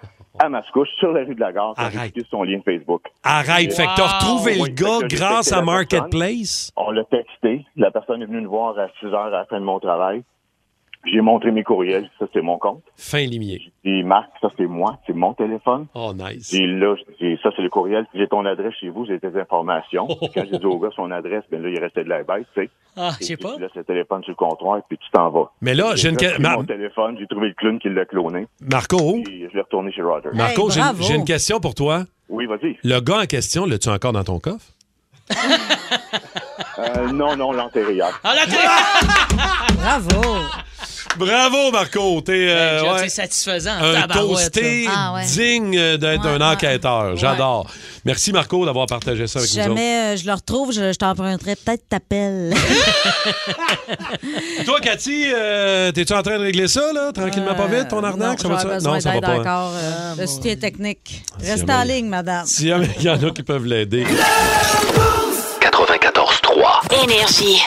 À Mascouche, sur la rue de la Gare, quand j'ai cliqué sur son lien Facebook.
Arrête, fait que t'as retrouvé le
Oui,
gars
fait que j'ai
grâce
texté
à
la personne.
Marketplace?
On l'a texté. La personne est venue nous voir à 6 heures à la fin de mon travail. J'ai montré mes courriels. Ça, c'est mon compte.
Fin limier.
J'ai dit, Marc, ça, c'est moi. C'est mon téléphone.
Oh, nice.
Puis là, j'ai dit, ça, c'est le courriel. J'ai ton adresse chez vous. J'ai tes informations.
Oh.
Quand j'ai dit au gars son adresse, ben là, il restait de la bête, tu sais.
Ah, je
Et
sais
puis,
pas.
Tu laisses le téléphone sur le comptoir, puis tu t'en vas.
Mais là, j'ai une que-
question.
ma-
mon téléphone, j'ai trouvé le clown qui l'a cloné.
Marco?
Puis je l'ai retourné chez Roger.
Marco, j'ai- j'ai une question pour toi.
Oui, vas-y.
Le gars en question, l'as-tu encore dans ton coffre?
Euh, non, non, l'antérieur.
Ah, la
Bravo!
Bravo, Marco. T'es euh,
John,
ouais,
C'est Ben, satisfaisant.
un
tabarouette,
toasté
là. Ah, ouais.
digne d'être un enquêteur. J'adore. Merci, Marco, d'avoir partagé ça avec
Si
nous autres.
jamais euh, je le retrouve, je, je t'emprunterai peut-être ta pelle.
Toi, Cathy, euh, t'es-tu en train de régler ça, là, tranquillement, pas
Euh,
vite, ton arnaque? ça
Non,
va
j'aurais besoin
ça va
d'aide
pas. Ah, hein?
encore
Ah,
euh, de soutien technique. Reste
jamais.
en ligne, madame.
Si jamais il y en a qui peuvent l'aider.
Énergie.